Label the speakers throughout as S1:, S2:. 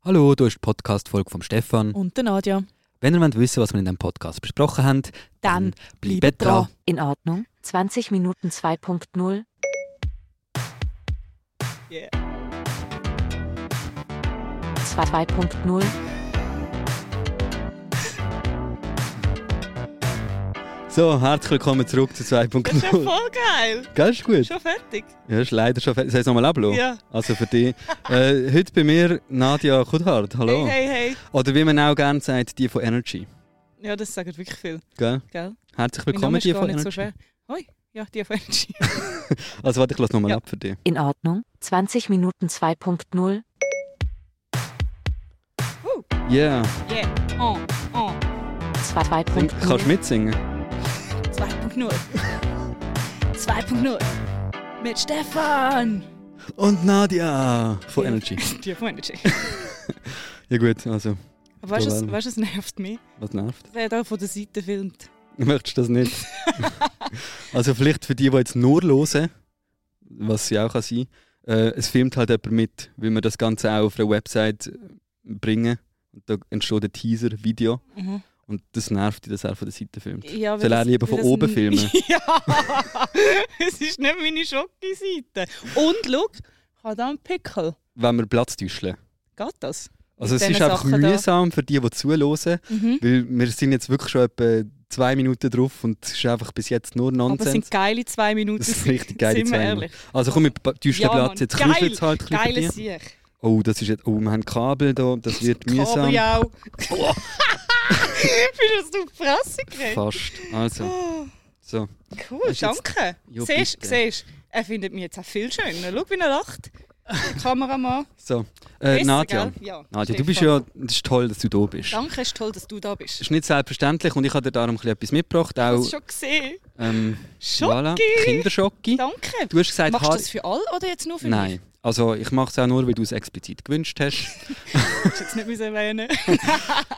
S1: Hallo, du hast die Podcast-Folge von Stefan.
S2: Und der Nadja.
S1: Wenn ihr wollt wissen was wir in diesem Podcast besprochen haben,
S2: Dann
S1: bleibt dran.
S3: In Ordnung, 20 Minuten 2.0.
S2: Yeah.
S3: 2.0.
S1: So, herzlich willkommen zurück zu 2.0.
S2: voll geil.
S1: Gell, ist gut?
S2: Schon fertig?
S1: Ja, ist leider schon fertig. Soll ich es nochmal ablassen? Also für dich. äh, heute bei mir Nadja Kudhardt, hallo.
S2: Hey, hey, hey.
S1: Oder wie man auch gerne sagt, die von Energy.
S2: Ja, das sagt wirklich viel.
S1: Gell?
S2: Gell?
S1: Herzlich
S2: Mein Name
S1: willkommen,
S2: ist
S1: die
S2: gar
S1: von
S2: nicht so
S1: Energy.
S2: schwer. Hoi, ja, die von Energy.
S1: also warte, ich lasse nochmal
S2: Ja.
S1: ab für dich.
S3: In Ordnung, 20 Minuten 2.0.
S1: Yeah.
S2: Yeah. Oh, oh.
S3: 2.0.
S1: Sing, kannst du mitsingen?
S2: 2.0. 2.0. Mit Stefan.
S1: Und Nadja von Energy.
S2: die von Energy.
S1: Ja gut, also,
S2: Aber weißt du, was-
S1: Total.
S2: weißt du, was nervt mich?
S1: was nervt?
S2: Wer da von der Seite filmt.
S1: Möchtest du das nicht? also vielleicht für die, die jetzt nur hören, was sie auch kann sein äh, es filmt halt jemand mit, wie wir das Ganze auch auf einer Website äh, bringen. Und da entsteht ein Teaser-Video
S2: Mhm.
S1: und das nervt, dass er von der Seite filmt.
S2: Ja, weil
S1: Soll er
S2: das-
S1: lieber
S2: weil
S1: von
S2: das
S1: oben
S2: n-
S1: filmen?
S2: ja, es ist nicht meine Schocke-Seite. Und schau, ich habe da einen Pickel.
S1: Wenn wir Platz täuschen.
S2: Geht das?
S1: Also
S2: Mit
S1: es ist
S2: diesen
S1: einfach
S2: Sachen da.
S1: mühsam für die, die zuhören,
S2: Mhm.
S1: weil wir sind jetzt wirklich schon etwa zwei Minuten drauf und es ist einfach bis jetzt nur
S2: Aber es
S1: Nonsens.
S2: sind geile zwei Minuten.
S1: Das sind richtig geile
S2: sind wir
S1: zwei
S2: ehrlich.
S1: Also komm, wir täuschen
S2: Ja,
S1: den Platz,
S2: Mann.
S1: jetzt
S2: Geil.
S1: knüppelt's halt ein bisschen für
S2: Geiles
S1: dich.
S2: Sieg.
S1: Oh, das ist jetzt, oh, wir haben Kabel da, das wird mühsam.
S2: Kabeljau. Bist du auf die Fresse gekriegt?
S1: Fast. Also,
S2: Oh,
S1: so.
S2: Cool,
S1: Hast du jetzt-
S2: danke.
S1: Jo,
S2: siehst
S1: bitte.
S2: siehst, er findet mich jetzt auch viel schöner. Schau, wie er lacht. Der Kameramann.
S1: so. Äh,
S2: Besser,
S1: Nadja,
S2: gell? Ja,
S1: Nadja du
S2: Stefan.
S1: bist ja, das ist toll, dass du da bist.
S2: Danke, es ist toll, dass du da bist.
S1: Das ist nicht selbstverständlich und ich habe dir darum ein bisschen etwas mitgebracht.
S2: Ich
S1: Auch
S2: hab's schon gesehen.
S1: ähm,
S2: Schocki.
S1: voilà, Kinderschocki.
S2: Danke.
S1: Du hast gesagt,
S2: Machst du
S1: Haar-
S2: das für alle oder jetzt nur für mich?
S1: Nein. Also ich mache es auch nur, weil du es explizit gewünscht hast.
S2: Hättest du jetzt nicht müssen erwähnen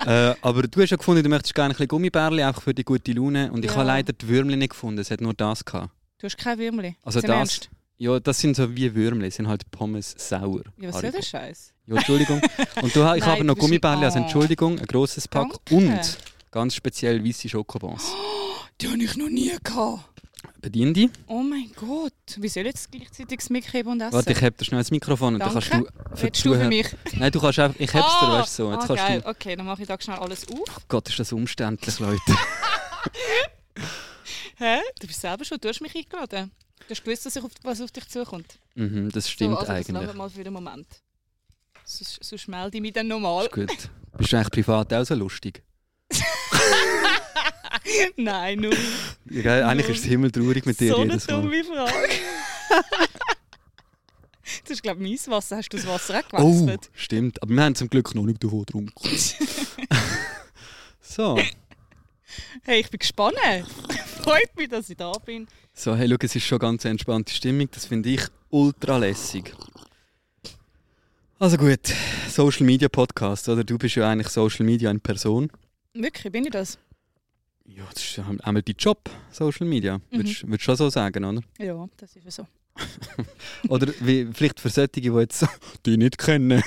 S1: äh, aber du hast ja gefunden, du möchtest gerne ein bisschen Gummibärli, einfach für die gute Laune. Und ich
S2: Ja.
S1: habe leider die Würmli nicht gefunden, es hat nur das gehabt.
S2: Du hast kein Würmli.
S1: Also
S2: Zum
S1: das,
S2: Ernst?
S1: ja, das sind so wie Würmli, sind halt Pommes sauer.
S2: Ja, was soll
S1: Haribo.
S2: der Scheiß?
S1: Ja, Entschuldigung. Und du, ich
S2: Nein,
S1: habe noch
S2: du bist-
S1: Gummibärli, also
S2: Oh.
S1: Entschuldigung, ein grosses Pack
S2: Danke.
S1: und ganz speziell weiße Schokobons.
S2: Die habe ich noch nie gehabt.
S1: Bedien dich.
S2: Oh mein Gott. Wie soll ich jetzt gleichzeitig das mitgeben und essen?
S1: Warte, ich heb dir schnell das Mikrofon und dann
S2: Danke.
S1: kannst du für die
S2: Willst du für
S1: Zuhörer-
S2: mich?
S1: Nein, du kannst einfach, ich heb's dir,
S2: Ah,
S1: weißt du so. Jetzt
S2: ah,
S1: kannst
S2: geil.
S1: du,
S2: Okay, dann mache ich da schnell alles auf.
S1: Gott, ist das umständlich, Leute.
S2: Hä? Du bist selber schon, du hast mich eingeladen. Du hast gewusst, dass ich auf, was auf dich zukommt.
S1: mhm, das stimmt
S2: so, also, Das lassen
S1: eigentlich.
S2: wir mal für den Moment. Sonst, sonst melde ich mich dann nochmal.
S1: Ist gut. Bist du eigentlich privat auch so lustig?
S2: Nein, nur
S1: Ja, gell, eigentlich ist es himmeltraurig mit dir
S2: so eine
S1: jedes Mal.
S2: dumme Frage. das ist, glaube ich, mein Wasser. Hast du das Wasser auch
S1: Oh,
S2: gewechselt?
S1: stimmt. Aber wir haben zum Glück noch nicht davon getrunken. so. Oh.
S2: Hey, ich bin gespannt. Freut mich, dass ich da bin.
S1: So, hey, schau, es ist schon ganz eine entspannte Stimmung. Das finde ich ultra lässig. Also gut, Social Media Podcast, oder? Du bist ja eigentlich Social Media in Person.
S2: Wirklich, bin ich das?
S1: Ja, Mhm. das ist ja einmal dein Job, Social Media. Würdest du schon so sagen, oder?
S2: Ja, das ist so.
S1: Oder wie, vielleicht für solche, die jetzt die nicht kennen.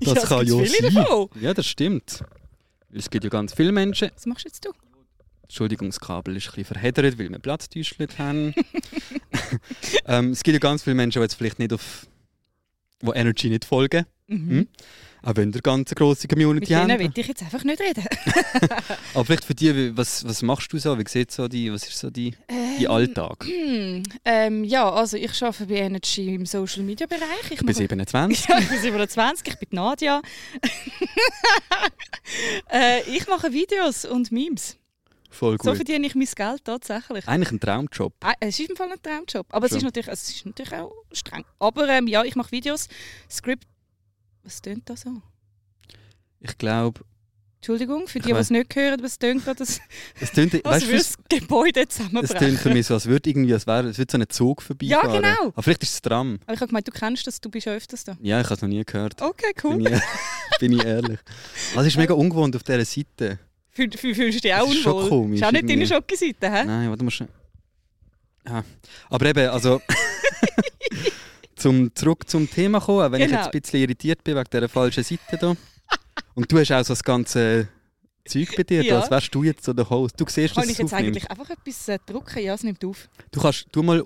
S1: Das
S2: es
S1: kann
S2: gibt
S1: ja
S2: viele
S1: sein.
S2: davon.
S1: Ja, das stimmt. Es gibt ja ganz viele Menschen.
S2: Was machst jetzt du?
S1: Entschuldigung, das Kabel ist ein bisschen verheddert, weil wir Platz getäuscht haben. ähm, es gibt ja ganz viele Menschen, die jetzt vielleicht nicht auf wo Energy nicht folgen, Hm?
S2: Mhm.
S1: auch wenn der ganze große
S2: Mit
S1: Community
S2: denen
S1: haben.
S2: will ich jetzt einfach nicht reden.
S1: Aber vielleicht für dich, wie- was, was machst du so? Wie sieht so die, was ist so die,
S2: Ähm,
S1: die Alltag?
S2: Hm, ähm, ja, also ich arbeite bei Energy im Social Media Bereich. Ich
S1: Ich bin
S2: mache-
S1: 27.
S2: ja, ich bin 27, ich bin die Nadja. äh, ich mache Videos und Memes.
S1: Voll
S2: So
S1: gut.
S2: verdiene ich mein Geld tatsächlich.
S1: Eigentlich ein Traumjob.
S2: Ah, Es ist im Fall ein Traumjob, aber es
S1: Schön.
S2: ist, natürlich, also es ist natürlich auch streng. Aber ähm, ja, ich mache Videos, Skript... Was tönt da so?
S1: Ich glaube,
S2: Entschuldigung, für
S1: Ich
S2: die, die
S1: weiß-
S2: es nicht hören, was tönt da, das,
S1: es tönt,
S2: als
S1: weißt du,
S2: würde
S1: es,
S2: das Gebäude
S1: es
S2: zusammenbrechen.
S1: tönt für mich so, als würde irgendwie, als wäre, es würde so ein Zug vorbeifahren.
S2: genau.
S1: Aber vielleicht ist es das Tram.
S2: Aber ich habe gemeint, du kennst das, du bist ja öfters da.
S1: Ja, ich habe es noch nie gehört.
S2: Okay,
S1: Bin
S2: cool.
S1: ich, bin ich ehrlich. Also es ist mega ungewohnt auf dieser Seite.
S2: Fühl, fühl, fühlst du dich auch
S1: Das ist schon
S2: unwohl?
S1: komisch
S2: ist auch nicht deine
S1: irgendwie.
S2: Schocke-Seite, hä?
S1: Nein, warte, musst du... Ah. Aber eben, also... zum, zurück zum Thema kommen, auch wenn
S2: Genau.
S1: ich jetzt ein bisschen irritiert bin wegen dieser falschen Seite hier. Und du hast auch so das ganze Zeug bei dir,
S2: Ja.
S1: als wärst du jetzt so der Host. Du siehst, dass
S2: Kann
S1: es
S2: ich jetzt
S1: aufnimmt.
S2: eigentlich einfach etwas äh, drucken? Ja, es nimmt auf.
S1: Du kannst, du mal...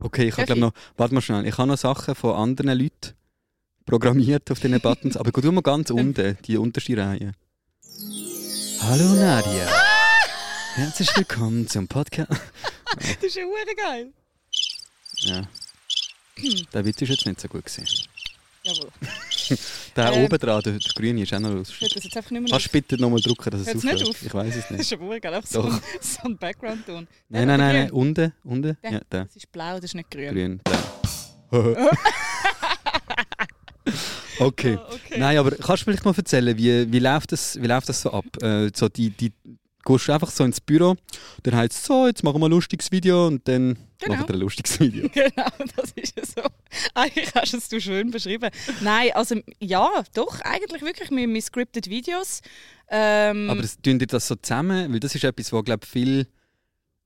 S1: Okay, ich habe
S2: Darf
S1: glaube noch... Warte mal schnell, ich habe noch Sachen von anderen Leuten programmiert auf diesen Buttons, aber geh du mal ganz unten, die unterste Reihe. Hallo Nadia.
S2: Ah!
S1: Herzlich willkommen zum Podcast...
S2: Das ist ja hure geil.
S1: Ja. Der Witz ist jetzt nicht so gut gesehen.
S2: Jawohl.
S1: Der
S2: Ähm.
S1: oben dran, der, der grüne, ist auch noch los.
S2: Hört das jetzt einfach nicht mehr
S1: Kannst du bitte nochmal drucken, dass es
S2: Hört's nicht
S1: aufhört?
S2: auf?
S1: Ich weiß es
S2: Das
S1: nicht.
S2: ist ja hure geil. Einfach so,
S1: Doch.
S2: ein- so ein Background-Ton.
S1: Nein, nein, nein, nein. Unten, unten.
S2: Der.
S1: Ja, der.
S2: Das ist blau, das ist nicht grün.
S1: Grün, der. okay.
S2: Ah, okay.
S1: Nein, aber kannst du vielleicht mal erzählen, wie, wie, läuft, das, wie läuft das so ab? Äh, so die, die, gehst du einfach so ins Büro, dann heißt es so, jetzt machen wir ein lustiges Video und dann
S2: Genau.
S1: machen wir ein lustiges Video.
S2: Genau, das ist ja so. Eigentlich hast du es du schön beschrieben. Nein, also ja, doch, eigentlich wirklich mit, mit scripted Videos. Ähm,
S1: Aber das, tun dir das so zusammen? Weil das ist etwas, wo glaube viel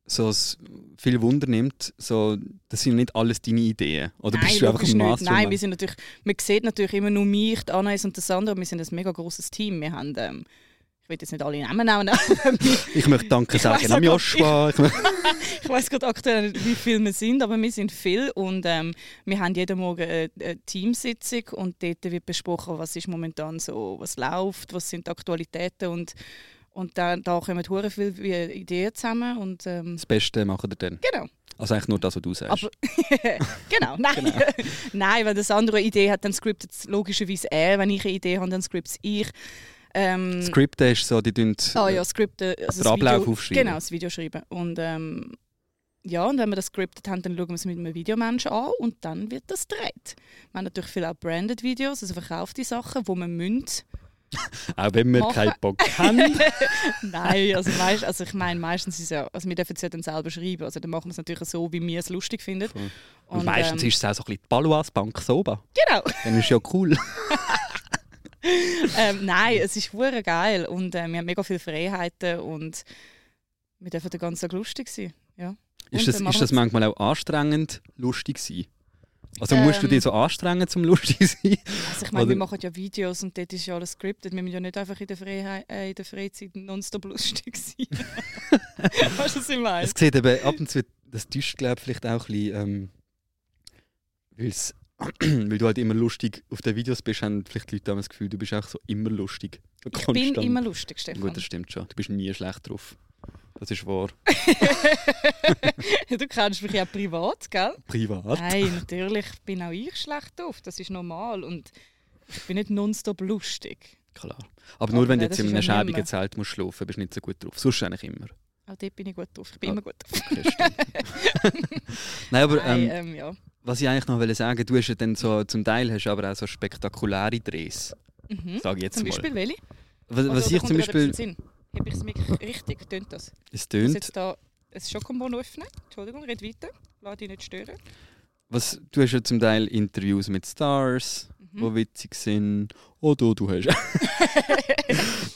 S1: so s- viel Wunder nimmt. So, das sind nicht alles deine Ideen. Oder
S2: nein,
S1: bist du einfach
S2: logisch
S1: ein
S2: nicht.
S1: Master?
S2: Nein, wir sind natürlich, man sieht natürlich immer nur mich, die Anais und der Sandra. Wir sind ein mega grosses Team. Wir haben, ähm, ich will jetzt nicht alle Namen nennen, aber
S1: ich möchte Danke
S2: Ich weiss
S1: sagen
S2: auch
S1: an
S2: gar-
S1: Joshua. Ich möchte-
S2: ich weiß gerade aktuell nicht, wie viele wir sind, aber wir sind viel und ähm, wir haben jeden Morgen eine, eine Teamsitzung und dort wird besprochen, was ist momentan so, was läuft, was sind die Aktualitäten und, und da, da kommen hure viele Ideen zusammen und ähm,
S1: das Beste machen wir dann.
S2: genau.
S1: Also eigentlich nur das, was du sagst.
S2: Aber genau, nein. nein, wenn das andere eine Idee hat, dann scriptet es logischerweise er. Wenn ich eine Idee habe, dann scriptet es ich. Ähm,
S1: Skripte ist so, die tun
S2: Ah ja, Skripte. Also
S1: den
S2: das
S1: Ablauf
S2: Video,
S1: aufschreiben.
S2: Genau, das Video schreiben. Und ähm, ja, und wenn wir das scriptet haben, dann schauen wir es mit einem Videomensch an und dann wird das gedreht. Wir haben natürlich viel auch branded Videos, also verkaufte Sachen, wo man münd.
S1: auch wenn wir
S2: machen.
S1: keinen Bock haben.
S2: Nein, also, weißt, also ich meine, meistens ist ja, also wir dürfen es ja dann selber schreiben, also dann machen wir es natürlich so, wie wir es lustig finden.
S1: Voll. Und,
S2: Und,
S1: meistens
S2: ähm,
S1: ist es auch so ein bisschen die Baluas-Bank so oben.
S2: genau.
S1: Dann ist ja cool.
S2: ähm, nein, es ist hure geil und äh, wir haben mega viele Freiheiten und wir dürfen den ganzen Tag lustig sein. Ja.
S1: ist
S2: Und
S1: das,
S2: dann machen
S1: ist das
S2: wir's.
S1: manchmal auch anstrengend, lustig sein? Also musst du
S2: Ähm.
S1: dich so anstrengen, um lustig zu sein?
S2: Also ich meine, wir
S1: Oder-
S2: machen ja Videos und dort ist ja alles scripted. Wir müssen ja nicht einfach in der, Freihei- äh, in der Freizeit nonstop lustig sein. weißt du, was ich meine?
S1: Es sieht eben ab und zu, das täuscht, glaube ich, vielleicht auch ein bisschen, ähm, weil's- weil du halt immer lustig auf den Videos bist, haben vielleicht die Leute damals das Gefühl, du bist auch so immer lustig.
S2: Ich bin immer lustig, Stefan.
S1: Gut, das stimmt schon. Du bist nie schlecht drauf. Das ist wahr.
S2: du kennst mich ja privat, gell?
S1: Privat.
S2: Nein, natürlich bin auch ich schlecht drauf. Das ist normal und ich bin nicht nonstop lustig.
S1: Klar. Aber nur
S2: Aber
S1: wenn du
S2: nein,
S1: jetzt
S2: das
S1: in
S2: ist
S1: einem
S2: ja nimmer.
S1: schäbigen Zelt musst schlafen, bist du nicht so gut drauf. Sonst eigentlich immer.
S2: Auch dort bin ich gut drauf. Ich bin
S1: Ah,
S2: immer gut drauf.
S1: Okay, stimmt. Nein, aber
S2: Nein,
S1: ähm,
S2: ähm, ja.
S1: was ich eigentlich noch wollte sagen, du hast ja dann so, zum Teil hast du aber auch so spektakuläre Drehs.
S2: Mhm.
S1: Sage ich jetzt
S2: Zum
S1: mal.
S2: Beispiel welche?
S1: Was,
S2: Oder-
S1: was
S2: oder
S1: ich
S2: kommt
S1: zum
S2: dir etwas
S1: Beispiel...
S2: in den Sinn? Habe ich es mich richtig? Tönt das?
S1: Es
S2: Ich muss
S1: tönt...
S2: jetzt da ein Schokobon öffnen. Entschuldigung, red weiter. Lass dich nicht stören.
S1: Was, du hast ja zum Teil Interviews mit Stars,
S2: Mhm.
S1: die witzig sind. Oder du hast.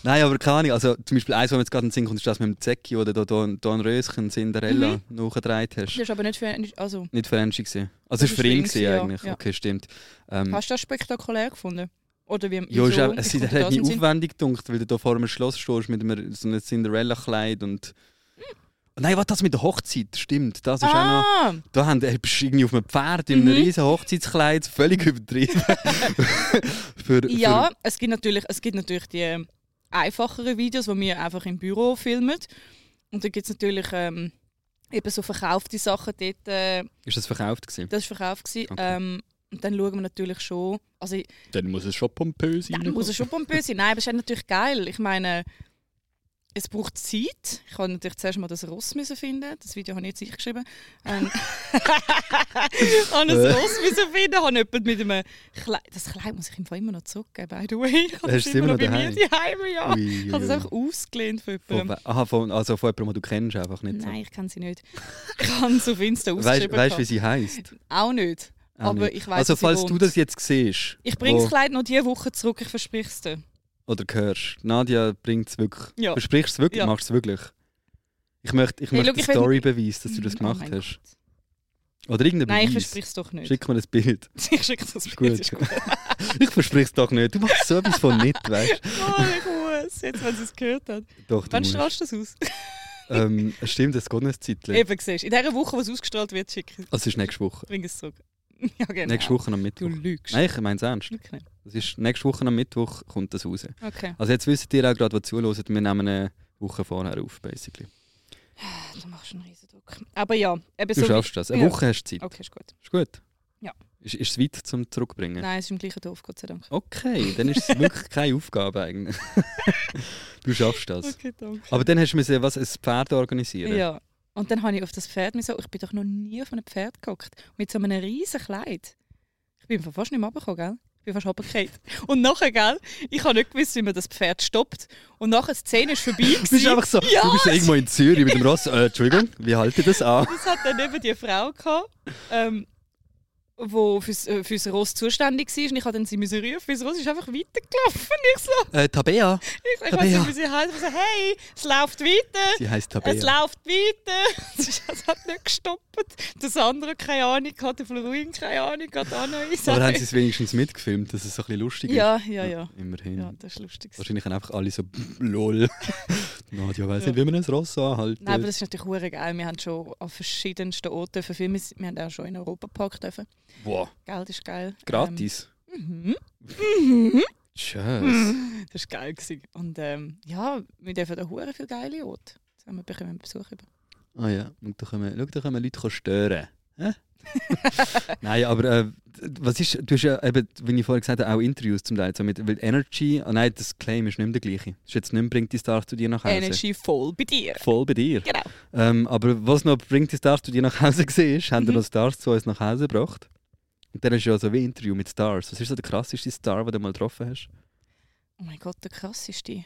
S1: Nein, aber keine Ahnung. Also, zum Beispiel eins, was mir jetzt gerade in den Sinn kommt, ist das mit dem Zecki oder da Don, Don Röschen, Cinderella,
S2: Mhm.
S1: nachgedreht
S2: Das
S1: hast.
S2: ist aber nicht für. Also,
S1: Nicht für Angie gesehen. Also,
S2: Das
S1: es war für
S2: ist
S1: ihn
S2: für
S1: gewesen,
S2: ihn, ja,
S1: eigentlich.
S2: ja.
S1: Okay, stimmt. Ähm,
S2: hast du das spektakulär gefunden? Oder wie
S1: ja, ist
S2: wieso?
S1: auch, es halt
S2: Wie kommt
S1: hat
S2: dir
S1: hat
S2: das in
S1: mich
S2: den Sinn?
S1: aufwendig gedunkt, weil du da vor einem Schloss stehst mit einem, so einem Cinderella-Kleid und. Oh Nein, was das mit der Hochzeit? Stimmt, das ist auch noch.
S2: Ah, Mhm.
S1: Da haben, bist du irgendwie auf einem Pferd in einem riesen Hochzeitskleid, völlig übertrieben. für,
S2: ja, es gibt natürlich, es gibt natürlich die ähm, einfacheren Videos, die wir einfach im Büro filmen. Und dann gibt es natürlich ähm, eben so verkaufte Sachen dort. Äh,
S1: Für, ist das verkauft gewesen?
S2: das war verkauft. gewesen.
S1: Okay.
S2: Ähm, und dann schauen wir natürlich schon. Also,
S1: Dann muss es schon pompös
S2: Dann muss er schon pompös sein. Nein, aber es ist natürlich geil. Ich meine, es braucht Zeit. Ich habe natürlich zuerst mal das Ross müssen finden. Das Video habe ich jetzt ich geschrieben. Ähm, ich habe
S1: Äh.
S2: das Ross müssen finden. Ich habe jemanden mit einem Kleid. Das Kleid muss ich ihm immer noch zurückgeben. By the way, ich habe
S1: Hast du es immer noch
S2: bei mir
S1: daheim?
S2: daheim. Ja.
S1: Ui, ui,
S2: Ich habe das
S1: ui.
S2: einfach ausgelehnt von
S1: Von,
S2: jemandem.
S1: we- aha, von, also von jemandem, den du kennst, einfach nicht
S2: Nein, ich kenne sie nicht. Ich habe es auf Insta
S1: so. Weißt
S2: ausgeschrieben.
S1: weißt du, wie
S2: gehabt.
S1: sie heisst?
S2: Auch nicht.
S1: Auch
S2: Aber
S1: nicht.
S2: ich weiss,
S1: Also,
S2: wo sie
S1: falls du
S2: wohnt.
S1: das jetzt siehst
S2: Ich bringe
S1: wo-
S2: das Kleid noch diese Woche zurück, ich verspreche es dir.
S1: oder hörst, Nadia bringt es wirklich.
S2: Ja.
S1: Versprichst es wirklich,
S2: Ja.
S1: machst es wirklich. Ich möchte, ich
S2: Hey,
S1: möchte
S2: schau,
S1: die
S2: ich will-
S1: Story beweisen, dass du das
S2: Oh
S1: gemacht
S2: mein
S1: hast.
S2: Gott.
S1: Oder irgendein
S2: Nein, ich
S1: Beweis.
S2: verspreche es doch nicht.
S1: Schick mir ein Bild.
S2: Ich schicke das
S1: Gut.
S2: Bild. Ist gut.
S1: Ich verspreche es doch nicht. Du machst so etwas von nicht, weißt du?
S2: Oh, ich muss. Jetzt, wenn sie es gehört hat.
S1: Doch, du
S2: Wann
S1: musst.
S2: strahlst du das aus?
S1: Ähm, stimmt, es geht noch ein Zeitchen.
S2: Eben, siehst du. In dieser Woche, wo es ausgestrahlt wird, schicke ich
S1: Also es ist nächste Woche.
S2: bring es zurück. Ja, genau.
S1: Nächste Woche am
S2: Du
S1: Mittwoch.
S2: lügst.
S1: Nein, ich meine es ernst.
S2: Okay.
S1: Das ist nächste Woche am Mittwoch kommt das raus.
S2: okay.
S1: Also jetzt wisst ihr auch gerade, was zuhört. Wir nehmen eine Woche vorher auf, basically.
S2: Ah, Du machst einen riesen Druck. Aber ja, eben
S1: Du
S2: so.
S1: schaffst das. Eine
S2: Ja.
S1: Woche hast du Zeit.
S2: Okay, ist gut.
S1: Ist gut?
S2: Ja.
S1: Ist, ist es weit zum Zurückbringen?
S2: Nein, es ist im gleichen Dorf, Gott sei Dank.
S1: Okay, dann ist es wirklich keine Aufgabe eigentlich. du schaffst das.
S2: Okay, danke.
S1: Aber dann hast du müssen, was, ein Pferd organisieren.
S2: Ja. Und dann habe ich auf das Pferd mich so, ich bin doch noch nie auf einem Pferd gehockt. Mit so einem riesen Kleid. Ich bin fast nicht mehr runtergekommen, gell? Ich bin fast runtergefallen. Und nachher, gell, ich habe nicht gewusst, wie man das Pferd stoppt. Und nachher, die Szene ist vorbei
S1: Du bist
S2: gewesen.
S1: einfach so,
S2: Ja,
S1: du bist irgendwo in Zürich mit dem Ross. Äh, Entschuldigung, wie halte ich das an?
S2: Das hat dann eben die Frau gehabt, ähm, wo fürs, äh, fürs Ross zuständig war. Und ich habe dann sie müssen rufen, weil das Ross ist einfach weitergelaufen. Ich so,
S1: Äh, Tabea?
S2: ich, ich
S1: Aber
S2: weiß
S1: ja.
S2: nicht, wie sie heißt. Ich so, hey, es läuft weiter.
S1: Sie heisst
S2: Es
S1: Tabea.
S2: läuft weiter. Es ist- Es hat nicht gestoppt. Das andere keine Ahnung hat, der Florin keine Ahnung hat, auch noch eins.
S1: Aber haben sie es wenigstens mitgefilmt, dass es so ein bisschen lustig ist?
S2: Ja, ja, ja.
S1: Immerhin.
S2: Ja, das ist lustig.
S1: Wahrscheinlich haben einfach alle so lol. Nadja weiss
S2: Ja.
S1: nicht, wie man ein Ross anhalten.
S2: Nein, aber das ist natürlich hure geil. Wir haben schon an verschiedensten Orten dürfen filmen. Wir haben auch schon in Europa Park dürfen.
S1: Wow,
S2: Geld ist geil.
S1: gratis.
S2: Ähm, mhm.
S1: Tschüss.
S2: Das war geil. Gewesen. Und ähm, ja, wir dürfen da hure viele geile Orte. Jetzt haben wir bekommen einen Besuch über.
S1: Ah ja, und da können, schau, da können Leute stören. Hä? Nein, aber äh, was ist, du hast ja eben, wie ich vorher gesagt habe, auch Interviews zum Teil. So mit, weil Energy, ah nein, das Claim ist nicht mehr der gleiche. Das ist jetzt nicht mehr bringt die Stars zu dir nach Hause.
S2: Energy voll bei dir.
S1: Voll bei dir.
S2: Genau.
S1: Ähm, aber was noch bringt die Stars zu dir nach Hause gesehen ist, haben
S2: Mhm.
S1: dir noch Stars zu uns nach Hause gebracht. Und dann hast du ja so wie Interview mit Stars. Was ist so der krasseste Star, den du mal getroffen hast?
S2: Oh mein Gott, der krasseste.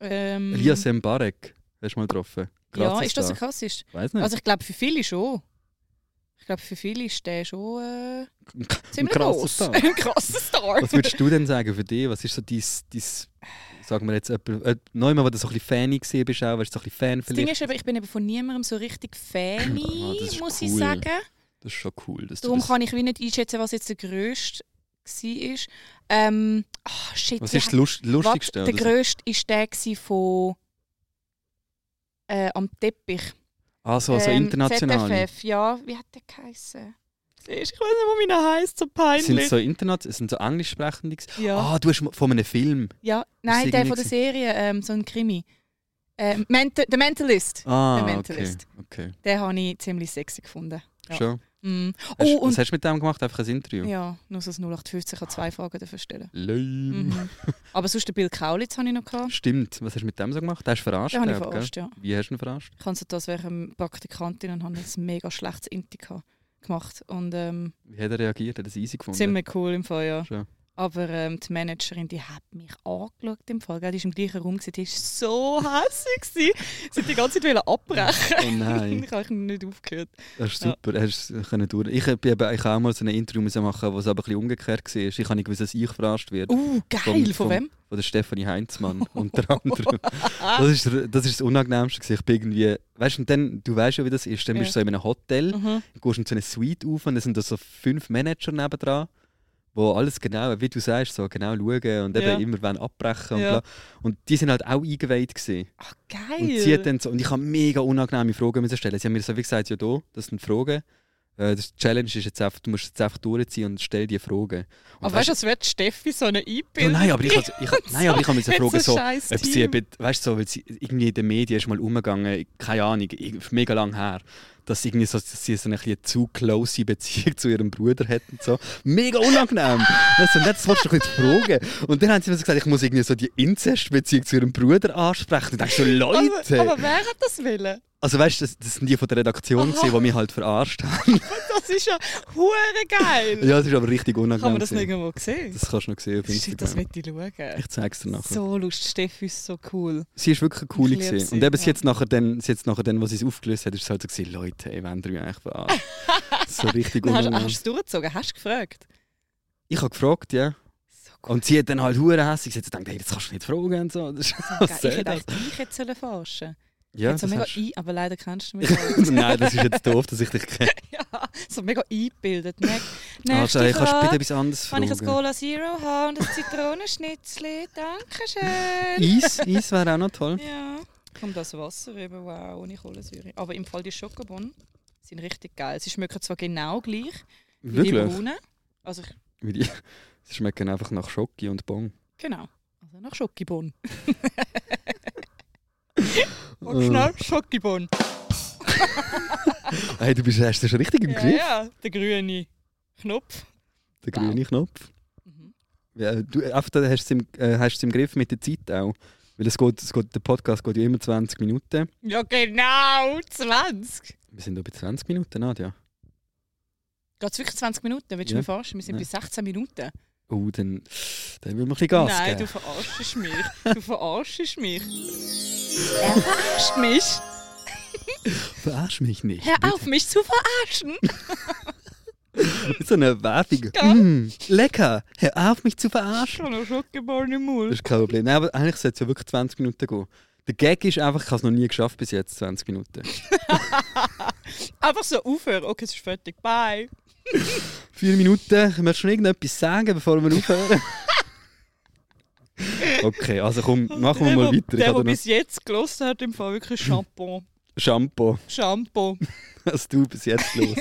S2: Ähm,
S1: Elias Mbarek hast du mal getroffen.
S2: ja,
S1: Krasser
S2: ist das der
S1: Star.
S2: krasseste?
S1: Weiß nicht.
S2: Also ich glaube für viele schon. Ich glaube für viele ist der schon äh, ziemlich
S1: krasser
S2: groß.
S1: Star.
S2: Ein krasser Star.
S1: Was würdest du denn sagen für dich? Was ist so dein, dein sagen wir jetzt, jemand, äh, neu mal, wo du so ein bisschen Fan gesehen bist, auch, weißt du, so ein bisschen Fan
S2: das Ding
S1: vielleicht?
S2: ist eben, ich bin eben von niemandem so richtig Fan,
S1: Ah, das ist
S2: muss ich
S1: cool.
S2: sagen.
S1: Das ist schon cool. Dass
S2: Darum
S1: du das,
S2: kann ich wie nicht einschätzen, was jetzt der grösste war. Ähm, ah, shit,
S1: was
S2: wie
S1: ist das Lust,
S2: Was,
S1: Lustigste?
S2: der
S1: oder so?
S2: grösste war der gewesen von äh, am Teppich.
S1: Ah, so, so
S2: Ähm,
S1: internationale.
S2: ZFF, ja. Wie hat der geheißen? Siehst, du, ich weiß nicht, wo meiner heisst, so peinlich.
S1: Sind so international, sind so englischsprechende? gewesen?
S2: ja.
S1: Ah, du hast von einem Film.
S2: ja. Nein,
S1: ist
S2: der
S1: irgendwie
S2: von der Serie, ähm, so ein Krimi. Ähm, Ment der Mentalist.
S1: Ah,
S2: der Mentalist.
S1: okay. okay.
S2: Den habe ich ziemlich sexy gefunden. Ja.
S1: Schon.
S2: Mm.
S1: Hast,
S2: Oh, und
S1: was hast du mit dem gemacht? Einfach ein Interview?
S2: ja, nur so das 0850 kann
S1: Ah.
S2: zwei Fragen dafür stellen.
S1: Lame.
S2: Mhm. Aber sonst den Bill Kaulitz habe ich noch gehabt.
S1: Stimmt. Was hast du mit dem so gemacht? Den hast du verarscht,
S2: Den habe ich
S1: glaub, gell?
S2: verarscht, ja.
S1: Wie hast du ihn verarscht?
S2: Ich habe so das während einer Praktikantin und habe ein mega schlechtes Inti gehabt- gemacht. Und ähm,
S1: Wie hat er reagiert? Hat er es easy gefunden?
S2: ziemlich cool im Fall, ja.
S1: Schon.
S2: Aber ähm, die Managerin, die hat mich angeschaut im Fall. gell. Die ist im gleichen Raum, gewesen. die ist so hässlich. gewesen. Sie hat die ganze Zeit wollen abbrechen.
S1: Oh nein,
S2: ich habe nicht aufgehört.
S1: das ist
S2: Ja.
S1: super. Hast du es können durch. Ich habe eben ich habe auch mal so ein Interview müssen machen, wo es aber ein bisschen umgekehrt war. Ich habe nicht gewusst, dass ich verarscht werde.
S2: Uh, geil. Von,
S1: vom-
S2: wem?
S1: Von der Stefanie Heinzmann unter anderem. Das ist, das ist das Unangenehmste. gewesen. Ich bin irgendwie, weißt du, und dann, du weißt ja, wie das ist. Dann bist du so
S2: Ja.
S1: in einem Hotel.
S2: Mhm.
S1: Du gehst in so eine Suite auf und dann sind da so fünf Manager nebendran, wo alles genau, wie du sagst, so genau schauen und eben
S2: Ja.
S1: immer wollen abbrechen und
S2: Ja.
S1: bla. Und die sind halt auch eingeweiht gewesen.
S2: Ach, Ah, geil.
S1: Und, sie hat dann so, und ich habe mega unangenehme Fragen müssen stellen. Sie haben mir so wie gesagt, ja da, das sind Fragen. Äh, das- Die Challenge ist jetzt einfach, du musst jetzt einfach durchziehen und stell dir Fragen. Und
S2: aber weißt du, als wäre die Steffi so eine
S1: ja,
S2: Einbildung.
S1: nein, aber ich, also, ich, nein, aber ich habe mir so
S2: Hat
S1: Fragen so,
S2: scheiss
S1: ob sie,
S2: Team.
S1: eben, weißt du, so, weil sie irgendwie in den Medien ist mal umgegangen, keine Ahnung, irgendwie mega lang her, dass sie irgendwie so, dass sie so eine bisschen zu close Beziehung zu ihrem Bruder hat und so. Mega unangenehm! Weißt du, und jetzt wolltest du ein bisschen fragen. Und dann haben sie mir so gesagt, ich muss irgendwie so die Inzestbeziehung zu ihrem Bruder ansprechen. Und ich dachte so, Leute!
S2: aber, aber wer hat das willen?
S1: also weißt du, das, das sind die von der Redaktion, gewesen, die mich halt verarscht haben.
S2: Das ist ja hure geil.
S1: ja, das ist aber richtig unangenehm.
S2: Kann man das nicht
S1: gewesen.
S2: irgendwo sehen?
S1: Das kannst du noch sehen auf
S2: Shit, das
S1: Instagram.
S2: will ich schauen.
S1: Ich zeig's dir nachher.
S2: So lustig, Steffi ist so cool.
S1: sie ist wirklich cool
S2: Ich liebe
S1: gewesen.
S2: sie,
S1: Und eben sie
S2: ja.
S1: jetzt nachher dann, sie jetzt nachher dann, was sie es aufgelöst hat, ist es halt so gewesen, Leute, ey, wenn ihr mich eigentlich verarscht. so richtig
S2: Dann hast,
S1: unangenehm.
S2: hast du es durchgezogen, hast du gefragt?
S1: Ich habe gefragt, ja.
S2: So cool.
S1: Und sie hat dann halt hure hässlich gesagt, sie denkt, hey, das kannst du nicht fragen und so. Das ist
S2: Geil. Ich
S1: soll
S2: hätte
S1: das?
S2: eigentlich dich jetzt sollen verarschen
S1: Ja,
S2: Jetzt so
S1: das
S2: mega
S1: hast-
S2: ein, aber leider kennst du mich nicht.
S1: Nein, das ist jetzt doof, dass ich dich kenne.
S2: ja, so mega eingebildet. Nä-
S1: Also,
S2: Nächste
S1: ich kannst du bitte
S2: Frage.
S1: etwas anderes
S2: Kann ich ein
S1: fragen.
S2: Cola Zero haben und ein Zitronenschnitzel? Dankeschön.
S1: Eis, Eis wäre auch noch toll.
S2: ja. Kommt das Wasser eben, wow, ohne Kohlensäure. Aber im Fall die Schokobonnen sind richtig geil. Sie schmecken zwar genau gleich wie die
S1: Wirklich?
S2: braunen. Also ich-
S1: Wie die- Sie schmecken einfach nach Schoki und Bon.
S2: genau. Also nach Schokibon.
S1: Äh.
S2: Original Schokibon.
S1: Hey, du bist, hast das richtig im
S2: Ja,
S1: Griff,
S2: ja, der grüne Knopf.
S1: der
S2: Wow.
S1: grüne Knopf.
S2: Mhm.
S1: Ja, du einfach, da hast du es im, äh, hast du es im Griff mit der Zeit auch. Weil es geht, es geht, der Podcast geht ja immer 20 Minuten.
S2: Ja, genau, 20.
S1: Wir sind ja bei 20 Minuten, Nadja.
S2: Geht es wirklich 20 Minuten? Willst du
S1: Ja.
S2: mich verarschen? Wir sind
S1: Nein.
S2: bei 16 Minuten.
S1: Oh, dann, dann will man ein bisschen Gas
S2: Nein, du
S1: geben.
S2: verarschst mich. Du verarschst mich. Er verarscht mich.
S1: Verarsch mich nicht.
S2: Hör auf, mich zu verarschen.
S1: Mit so einer Werbung.
S2: Ja.
S1: Mm, lecker, hör auf mich zu verarschen.
S2: Schon ein schockgeborene
S1: Das
S2: Maul.
S1: ist kein Problem. Nein, aber eigentlich sollte es ja wirklich 20 Minuten gehen. Der Gag ist einfach, ich habe es noch nie geschafft bis jetzt, 20 Minuten.
S2: Einfach so aufhören. Okay, es ist fertig. Bye.
S1: Vier Minuten, möchtest du noch irgendetwas sagen, bevor wir aufhören? okay, also komm, machen wir
S2: Der,
S1: mal weiter.
S2: der,
S1: Ich
S2: Der, der
S1: habe da noch
S2: bis jetzt gelesen hat, im Fall wirklich Shampoo.
S1: Shampoo,
S2: Shampoo.
S1: was du bis jetzt los.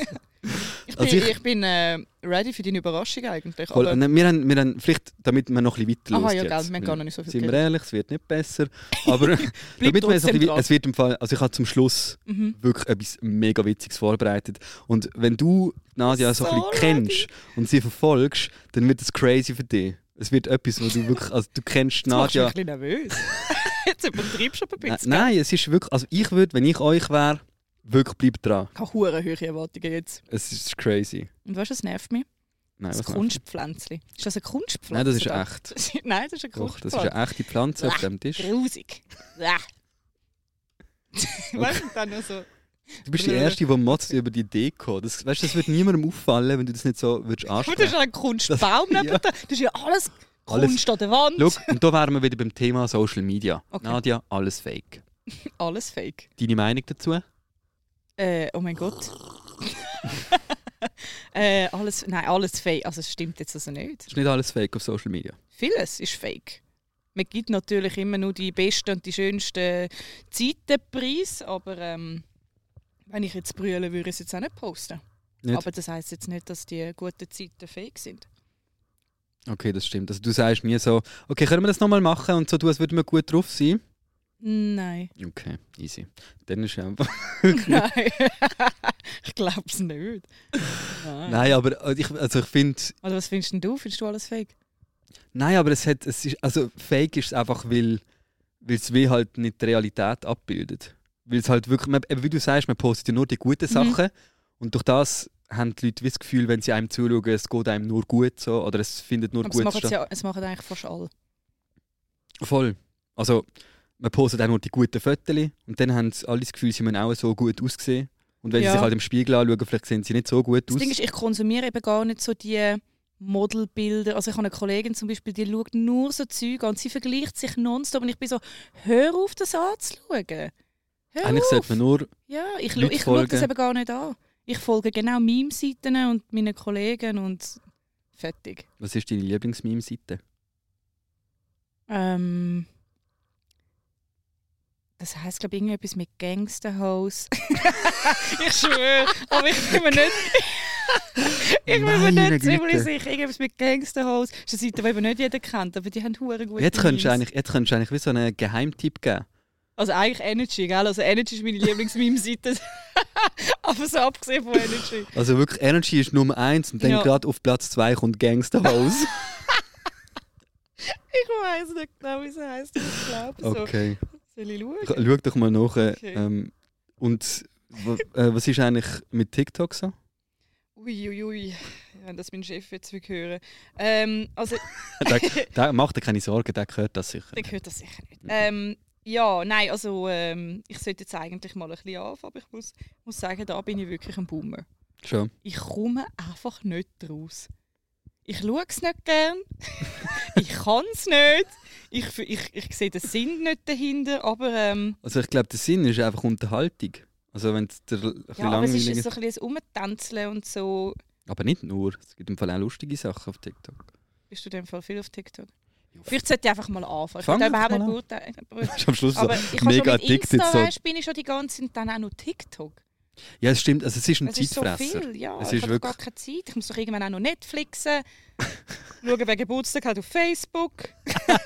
S2: Ich bin,
S1: Also
S2: ich,
S1: ich-
S2: bin äh, ready für deine Überraschung eigentlich.
S1: Voll,
S2: Aber,
S1: nein, wir, haben, wir haben, vielleicht, damit wir noch ein bisschen weiterlösen
S2: aha, ja, gell, wir
S1: jetzt.
S2: haben gar noch nicht so viel
S1: Sind wir
S2: geredet.
S1: ehrlich, es wird nicht besser. Aber damit wir jetzt noch ein
S2: trotzdem
S1: bisschen,
S2: dran.
S1: es wird im Fall, also ich habe zum Schluss
S2: Mhm.
S1: wirklich etwas mega Witziges vorbereitet. Und wenn du Nadia so ein bisschen
S2: Sorry.
S1: kennst und sie verfolgst, dann wird es crazy für dich. Es wird etwas, wo du wirklich, also du kennst
S2: Jetzt machst du
S1: Nadia.
S2: mich ein bisschen nervös. jetzt übertreibst du aber ein
S1: Nein,
S2: bisschen.
S1: nein, es ist wirklich, also ich würde, wenn ich euch wäre, wirklich bleibt dran.
S2: Ich habe hure hohe Erwartungen jetzt.
S1: Es ist crazy.
S2: Und weißt du, was nervt mich?
S1: Nein,
S2: Das
S1: was meinst
S2: Kunstpflänzchen. Ist das ein
S1: du?
S2: Kunstpflanze?
S1: Nein, das ist
S2: da?
S1: echt.
S2: Nein, das ist ein
S1: Doch,
S2: Kunstpflanze.
S1: das ist eine echte Pflanze auf dem Tisch.
S2: Grusig. Bäh. weißt du, und dann noch so.
S1: Du bist die Erste, die motzt über die Deko. Das, weißt, du, das wird niemandem auffallen, wenn du das nicht so würdest
S2: Aber das
S1: ansprechen.
S2: ist ja ein Kunstbaum
S1: Das-
S2: neben dir. Das ist ja alles
S1: Alles-
S2: Kunst an der Wand.
S1: Schau, und da wären wir wieder beim Thema Social Media.
S2: Okay.
S1: Nadja, alles fake.
S2: Alles fake.
S1: Deine Meinung dazu?
S2: Äh, oh mein Gott. äh, alles, nein, alles fake. Also es stimmt jetzt also nicht.
S1: Ist nicht alles fake auf Social Media.
S2: Vieles ist fake. Man gibt natürlich immer nur die besten und die schönsten Zeitenpreis, aber ähm, wenn ich jetzt brüllen würde, würde ich es jetzt auch nicht posten.
S1: Nicht?
S2: Aber das heißt jetzt nicht, dass die guten Zeiten fake sind.
S1: Okay, das stimmt. Also du sagst nie so, okay, können wir das nochmal machen und so tun, als würden wir gut drauf sein?
S2: Nein.
S1: Okay, easy. Dann ist einfach...
S2: Nein. ich glaube es nicht. Nein.
S1: Nein, aber äh, ich, also ich finde...
S2: Oder was findest denn du? Findest du alles fake?
S1: Nein, aber es hat... Es ist, also fake ist es einfach, weil weil es wie halt nicht die Realität abbildet. Weil es halt wirklich... Man, eben wie du sagst, man postet ja nur die
S2: Mhm.
S1: guten Sachen und durch das haben die Leute wie das Gefühl, wenn sie einem zuschauen, es geht einem nur gut so oder es findet nur
S2: Aber es
S1: gut
S2: machen, sie, ja- es machen eigentlich fast alle.
S1: Voll. Also, man postet auch nur die guten Fotos und dann haben sie alle das Gefühl, sie müssen auch so gut aussehen. Und wenn
S2: Ja.
S1: sie sich halt im Spiegel anschauen, vielleicht sehen sie nicht so gut
S2: Das
S1: aus.
S2: Ding ist, ich konsumiere eben gar nicht so die Modelbilder. Also ich habe eine Kollegin zum Beispiel, die schaut nur so Zeug an und sie vergleicht sich nonstop und ich bin so, hör auf das anzuschauen. Hör
S1: Eigentlich
S2: auf.
S1: sollte man nur.
S2: Ja, ich, lu-
S1: Leute
S2: ich schaue das
S1: folgen.
S2: eben gar nicht an. Ich folge genau Meme-Seiten und meinen Kollegen und fertig.
S1: Was ist deine Lieblingsmeme-Seite?
S2: Ähm, das heisst, glaube ich, irgendetwas mit Gangsterhaus. ich schwöre, aber ich bin mir nicht. ich bin mir
S1: Meine
S2: nicht ziemlich
S1: Güte.
S2: sicher. Irgendetwas mit Gangsterhaus. Das ist eine Seite, die eben nicht jeder kennt, aber die haben hure gute
S1: Jetzt könntest, du
S2: Memes.
S1: eigentlich, jetzt könntest du eigentlich wie so einen Geheimtipp geben.
S2: Also eigentlich Energy, gell? Also Energy ist meine Lieblings-Meme-Seite. aber so abgesehen von Energy.
S1: Also wirklich, Energy ist Nummer eins und dann
S2: Ja.
S1: gerade auf Platz zwei kommt Gangsterhaus.
S2: Ich weiß nicht genau, wie sie heisst. aber Ich glaube so.
S1: okay.
S2: Soll ich schauen?
S1: Schau doch mal nach. äh,
S2: Okay.
S1: Ähm, und w- äh, was ist eigentlich mit TikTok so?
S2: Uiuiui, ui, ui. wenn das mein Chef jetzt würde hören. Ähm, also,
S1: der, der macht dir keine Sorgen, der hört das sicher.
S2: der hört das sicher nicht.
S1: Mhm.
S2: Ähm, ja, nein, also ähm, ich sollte jetzt eigentlich mal ein bisschen anfangen, aber ich muss, muss sagen, da bin ich wirklich ein Boomer.
S1: Schon.
S2: Ich komme einfach nicht draus. Ich schaue es nicht gern. ich kann es nicht. ich, f- ich, ich sehe den Sinn nicht dahinter, aber, ähm,
S1: Also ich glaube, der Sinn ist einfach Unterhaltung. Also wenn es der ein bisschen
S2: ja, aber es
S1: langweilig
S2: ist so ein
S1: ist.
S2: bisschen das Umtänzeln und so.
S1: Aber nicht nur. Es gibt im Fall auch lustige Sachen auf TikTok.
S2: Bist du in dem Fall viel auf TikTok?
S1: Ja.
S2: Vielleicht sollte ich einfach mal anfangen. Ich
S1: Fang
S2: bin da überhaupt nicht
S1: einfach
S2: gut. Aber
S1: Ist am Schluss so.
S2: aber ich habe schon
S1: mega
S2: mit
S1: addicted
S2: Insta,
S1: so.
S2: weißt, bin ich schon die ganze Zeit dann auch noch TikTok.
S1: Ja, es stimmt. Also es ist ein
S2: Es ist so
S1: Zeitfresser.
S2: viel, ja.
S1: Es
S2: ich
S1: ist
S2: habe gar
S1: wirklich-
S2: keine Zeit. Ich muss doch irgendwann auch noch Netflixen. Schauen, wer Geburtstag hat auf Facebook.
S1: das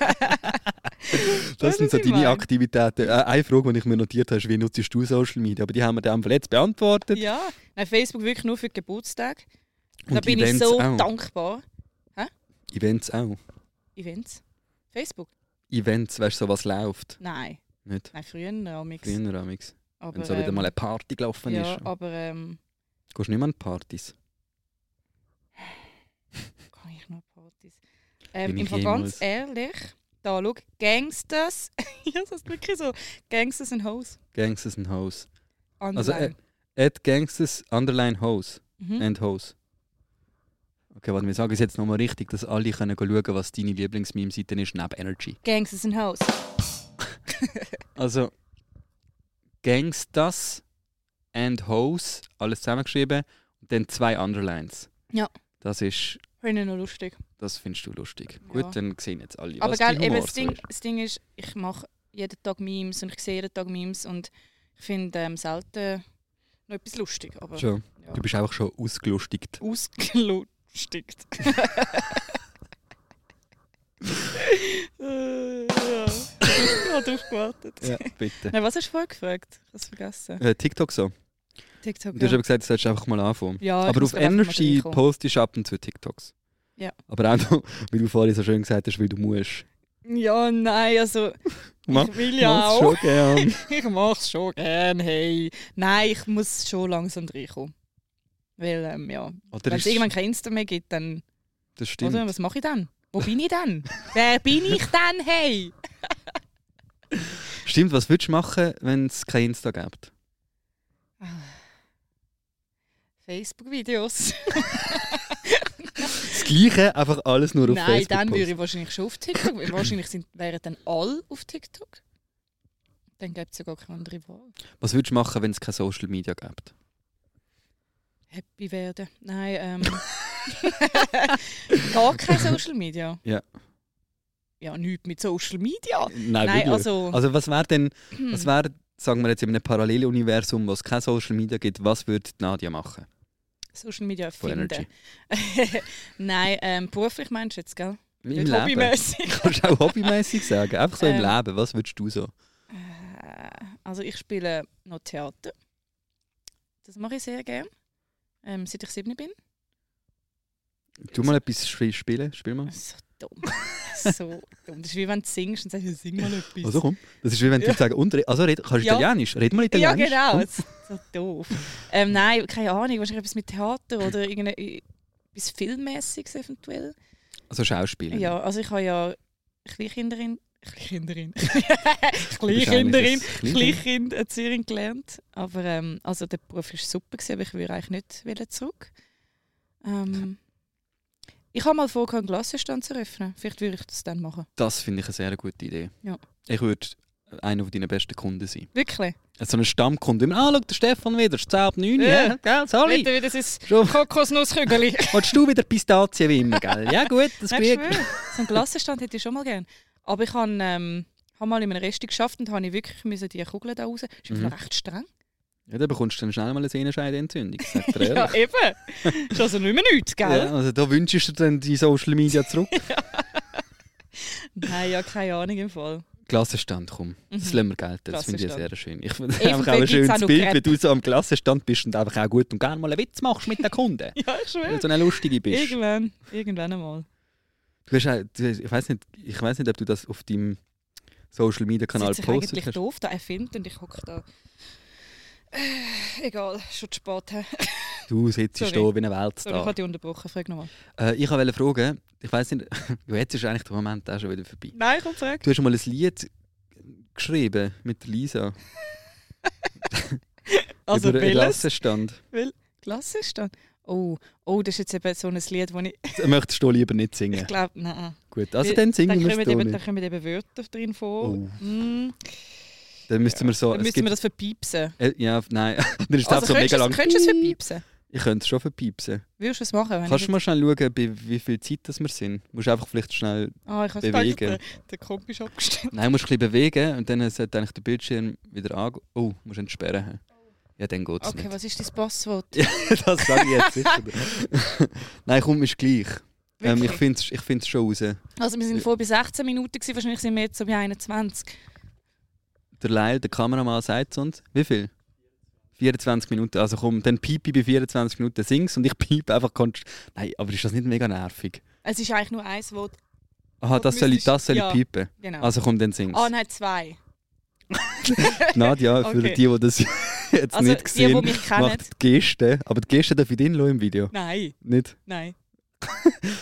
S1: sind
S2: Weißt du,
S1: so
S2: was ich
S1: deine
S2: meine?
S1: Aktivitäten. Äh, Eine Frage, die ich mir notiert habe, ist, wie nutzt du Social Media? Aber die haben wir dann einfach jetzt beantwortet.
S2: Ja, Nein, Facebook wirklich nur für Geburtstag.
S1: Und
S2: Da bin
S1: Events
S2: ich so
S1: auch.
S2: dankbar.
S1: Events auch.
S2: Events? Facebook?
S1: Events, weißt du, so was läuft.
S2: Nein,
S1: Nicht?
S2: nein, früher noch nichts.
S1: Früher amigs.
S2: Aber,
S1: Wenn so wieder
S2: ähm,
S1: mal eine Party gelaufen
S2: ja,
S1: ist.
S2: aber ähm,
S1: Gehst du nicht mehr an Partys?
S2: kann ich noch Partys? Ähm,
S1: Bin
S2: Im
S1: ich
S2: Fall
S1: jemals.
S2: ganz ehrlich, da schau, Gangsters, ja, das ist wirklich so, Gangsters in House.
S1: Gangsters and Hoes. Also,
S2: Online.
S1: äh, at Gangsters underline Hoes.
S2: mhm.
S1: And Hoes. Okay, warte, wir sagen es jetzt nochmal richtig, dass alle können schauen, was deine Lieblingsmeme-Seite ist, neben Energy.
S2: Gangsters in House.
S1: Also, Gangsters and Hoes, alles zusammengeschrieben, und dann zwei Underlines.
S2: Ja.
S1: Das ist,
S2: Finde ich noch lustig.
S1: das findest du lustig.
S2: Ja.
S1: Gut, dann sehen jetzt alle,
S2: Aber
S1: was
S2: gell,
S1: dein
S2: eben,
S1: Humor
S2: das,
S1: so
S2: Ding,
S1: ist.
S2: das Ding ist, ich mache jeden Tag Memes und ich sehe jeden Tag Memes und ich finde ähm, selten noch etwas lustig. Aber
S1: Schon.
S2: ja.
S1: Du bist einfach schon ausgelustigt.
S2: ausgelustigt. äh, ja, ich habe drauf gewartet.
S1: Ja, bitte.
S2: Nein, was hast du vorher gefragt? Ich habe es vergessen.
S1: Äh, TikTok so.
S2: TikTok.
S1: Du hast
S2: Ja.
S1: aber gesagt, du sollst einfach mal anfangen.
S2: Ja, ich
S1: aber
S2: muss
S1: auf
S2: gerade einfach mal
S1: Energy
S2: reinkommen.
S1: postest du ab und zu TikToks.
S2: Ja.
S1: Aber auch noch, weil du vorhin so schön gesagt hast, weil du musst.
S2: Ja, nein, also
S1: Ma-
S2: ich will ja
S1: mach's
S2: auch.
S1: schon gern.
S2: Ich mache es schon gern, hey. Nein, ich muss schon langsam reinkommen. Weil, ähm, ja,
S1: Oder
S2: wenn
S1: ist,
S2: es irgendwann kein Insta mehr gibt, dann...
S1: das stimmt.
S2: Oder, was mache ich dann? Wo bin ich dann? Wer bin ich dann, hey?
S1: Stimmt, was würdest du machen, wenn es kein Insta gibt?
S2: Facebook-Videos.
S1: Das Gleiche, einfach alles nur auf
S2: Nein,
S1: Facebook.
S2: dann würde
S1: posten.
S2: ich wahrscheinlich schon auf TikTok. weil wahrscheinlich sind, wären dann alle auf TikTok. Dann gäbe es ja gar keine andere Wahl.
S1: Was würdest du machen, wenn es kein Social Media gibt?
S2: Happy werden. Nein, ähm. gar kein Social Media.
S1: Ja.
S2: Ja, nichts mit Social Media.
S1: Nein,
S2: Nein,
S1: wirklich.
S2: also.
S1: Also was wäre denn,
S2: hm.
S1: was wäre, sagen wir jetzt in einem Paralleluniversum, wo es kein Social Media gibt, was würde die Nadia machen?
S2: Social Media
S1: Von
S2: erfinden. Nein, ähm, beruflich meinst du jetzt, gell?
S1: Im
S2: Nicht
S1: Leben.
S2: hobbymässig.
S1: Kannst du auch hobbymäßig sagen. Einfach so im
S2: Ähm.
S1: Leben. Was würdest du so?
S2: Äh, Also ich spiele noch Theater. Das mache ich sehr gerne. Ähm, seit ich sieben
S1: Hm.
S2: bin.
S1: Tu mal etwas schri- spielen. Spiel mal.
S2: Das ist So dumm. so dumm. Das ist wie wenn du singst und sagst, ja, sing mal etwas.
S1: Also komm. Das ist wie wenn die
S2: Ja.
S1: Leute sagen, und, re- also red, kannst du
S2: Ja.
S1: Italienisch? Red mal
S2: ja,
S1: Italienisch.
S2: genau.
S1: Komm.
S2: Das ist so doof. Ähm, nein, keine Ahnung. Wahrscheinlich etwas mit Theater oder irgendetwas Filmmäßiges eventuell.
S1: Also Schauspiel.
S2: Ja, also ich habe ja Kleinkinderin. Kleinkinderin.
S1: Du bist
S2: Kleinkinderin.
S1: eigentlich ein Kleinkind.
S2: Kleinkinderzieherin gelernt. Aber ähm, also der Beruf war super, gewesen, aber ich würde eigentlich nicht wieder zurück. Ähm, ich habe mal vor, einen Glasstand zu öffnen. Vielleicht würde ich das dann machen.
S1: Das finde ich eine sehr gute Idee.
S2: Ja.
S1: Ich würde einer von deinen besten Kunden sein.
S2: Wirklich?
S1: So ein Stammkunde. Immer, ah, schau, der Stefan wieder, es ist 10 ab 9.
S2: Ja.
S1: Ja. Gell, sorry.
S2: Bitte, das ist
S1: Schon,
S2: Kokosnusskügel.
S1: willst du wieder Pistazien wie immer, gell? Ja gut, das
S2: Nein, ich
S1: krieg
S2: schwöre. So einen Glassenstand hätte ich schon mal gerne. Aber ich habe ähm, habe mal in einem Rest geschafft und habe ich wirklich müssen die Kugeln da raus. Das ist
S1: Mhm.
S2: mhm. recht streng.
S1: Ja, dann bekommst du dann schnell mal eine Sehnenscheidenentzündung. Sagt er
S2: Ja,
S1: ehrlich.
S2: eben. Ist also nicht mehr nichts, gell?
S1: Ja, also da wünschst du dir dann die Social Media zurück.
S2: Nein, ja, keine Ahnung im Fall.
S1: Klassenstand, komm. Das
S2: Mhm.
S1: lassen wir gelten. Das finde ich
S2: Klassenstand.
S1: sehr schön. Ich finde
S2: Eventuell
S1: einfach auch ein
S2: gibt's
S1: schönes
S2: auch noch
S1: Bild, wenn
S2: Crepe.
S1: du so am Klassenstand bist und einfach auch gut und gerne mal einen Witz machst mit den Kunden.
S2: Ja, ich
S1: Wenn
S2: schwöre.
S1: du so eine Lustige bist.
S2: Irgendwann, irgendwann einmal.
S1: Du hast, auch- du hast, ich weiß nicht, ich weiss nicht, ob du das auf deinem Social Media Kanal
S2: Sitze ich
S1: postet
S2: eigentlich
S1: hast.
S2: doof da erfindet und ich hocke da. Äh, egal, schon zu spät. hä?
S1: Du sitzt
S2: Sorry.
S1: da wie ein
S2: Sorry, ich habe
S1: Weltstar.
S2: dich unterbrochen. Frag nochmal.
S1: Äh, ich wollte fragen, ich weiß nicht, ja, jetzt ist eigentlich der Moment auch schon wieder vorbei.
S2: Nein, komm, frag.
S1: Du hast schon mal ein Lied geschrieben mit Lisa
S2: Also,
S1: über einen
S2: welches?
S1: Klassenstand.
S2: Klassenstand. Oh, oh, das ist jetzt eben so ein Lied, wo ich,
S1: Das Möchtest du lieber nicht singen?
S2: ich glaube, nein.
S1: Gut, also
S2: Weil
S1: dann singen
S2: Dann
S1: wir es
S2: kommen,
S1: doch
S2: eben, dann
S1: nicht.
S2: kommen eben Wörter drin vor.
S1: Oh.
S2: Mm,
S1: Dann müssten wir so...
S2: dann
S1: es
S2: müssen wir das verpiepsen.
S1: Äh, ja, nein. dann ist das
S2: Also
S1: so
S2: könntest
S1: mega
S2: du
S1: lang.
S2: es- könntest du es verpiepsen?
S1: Ich könnte es schon verpiepsen.
S2: Würdest du es machen? wenn
S1: Kannst
S2: ich
S1: du mal schnell schauen, bei wie viel Zeit das wir sind? Musst du einfach vielleicht schnell...
S2: jetzt- Ah, ich habe
S1: bewegen?
S2: bewegen. Der Kopf ist abgestellt.
S1: Nein, musst du ein bisschen bewegen und dann sollte eigentlich der Bildschirm wieder ange... Oh, musst entsperren. Ja, dann geht es
S2: Okay, was ist dein Passwort?
S1: nicht. das sage ich jetzt sicher. nein, komm, ist gleich. Ähm, ich
S2: Wirklich?
S1: finde es ich find's schon raus. Der
S2: also wir sind vor bei 16 Minuten, gewesen, wahrscheinlich sind wir jetzt so bei 21.
S1: Leil, der Kameramann, sagt es uns. Wie viel? 24 Minuten. Also komm, dann piepe ich bei 24 Minuten, sing's und ich piepe einfach... konst- Nein, aber ist das nicht mega nervig?
S2: Es ist eigentlich nur ein Wort.
S1: Aha,
S2: Aber
S1: das soll ich, das soll ich
S2: müsstest-
S1: piepen.
S2: Genau.
S1: Also komm, dann sing's.
S2: ah, nein, zwei.
S1: Nadja, für
S2: Okay.
S1: die, die das jetzt
S2: Also
S1: nicht
S2: die, die
S1: gesehen
S2: mich kennen.
S1: macht die Geste. Aber die Geste darf ich drin lassen im Video.
S2: Nein,
S1: Nicht?
S2: nein.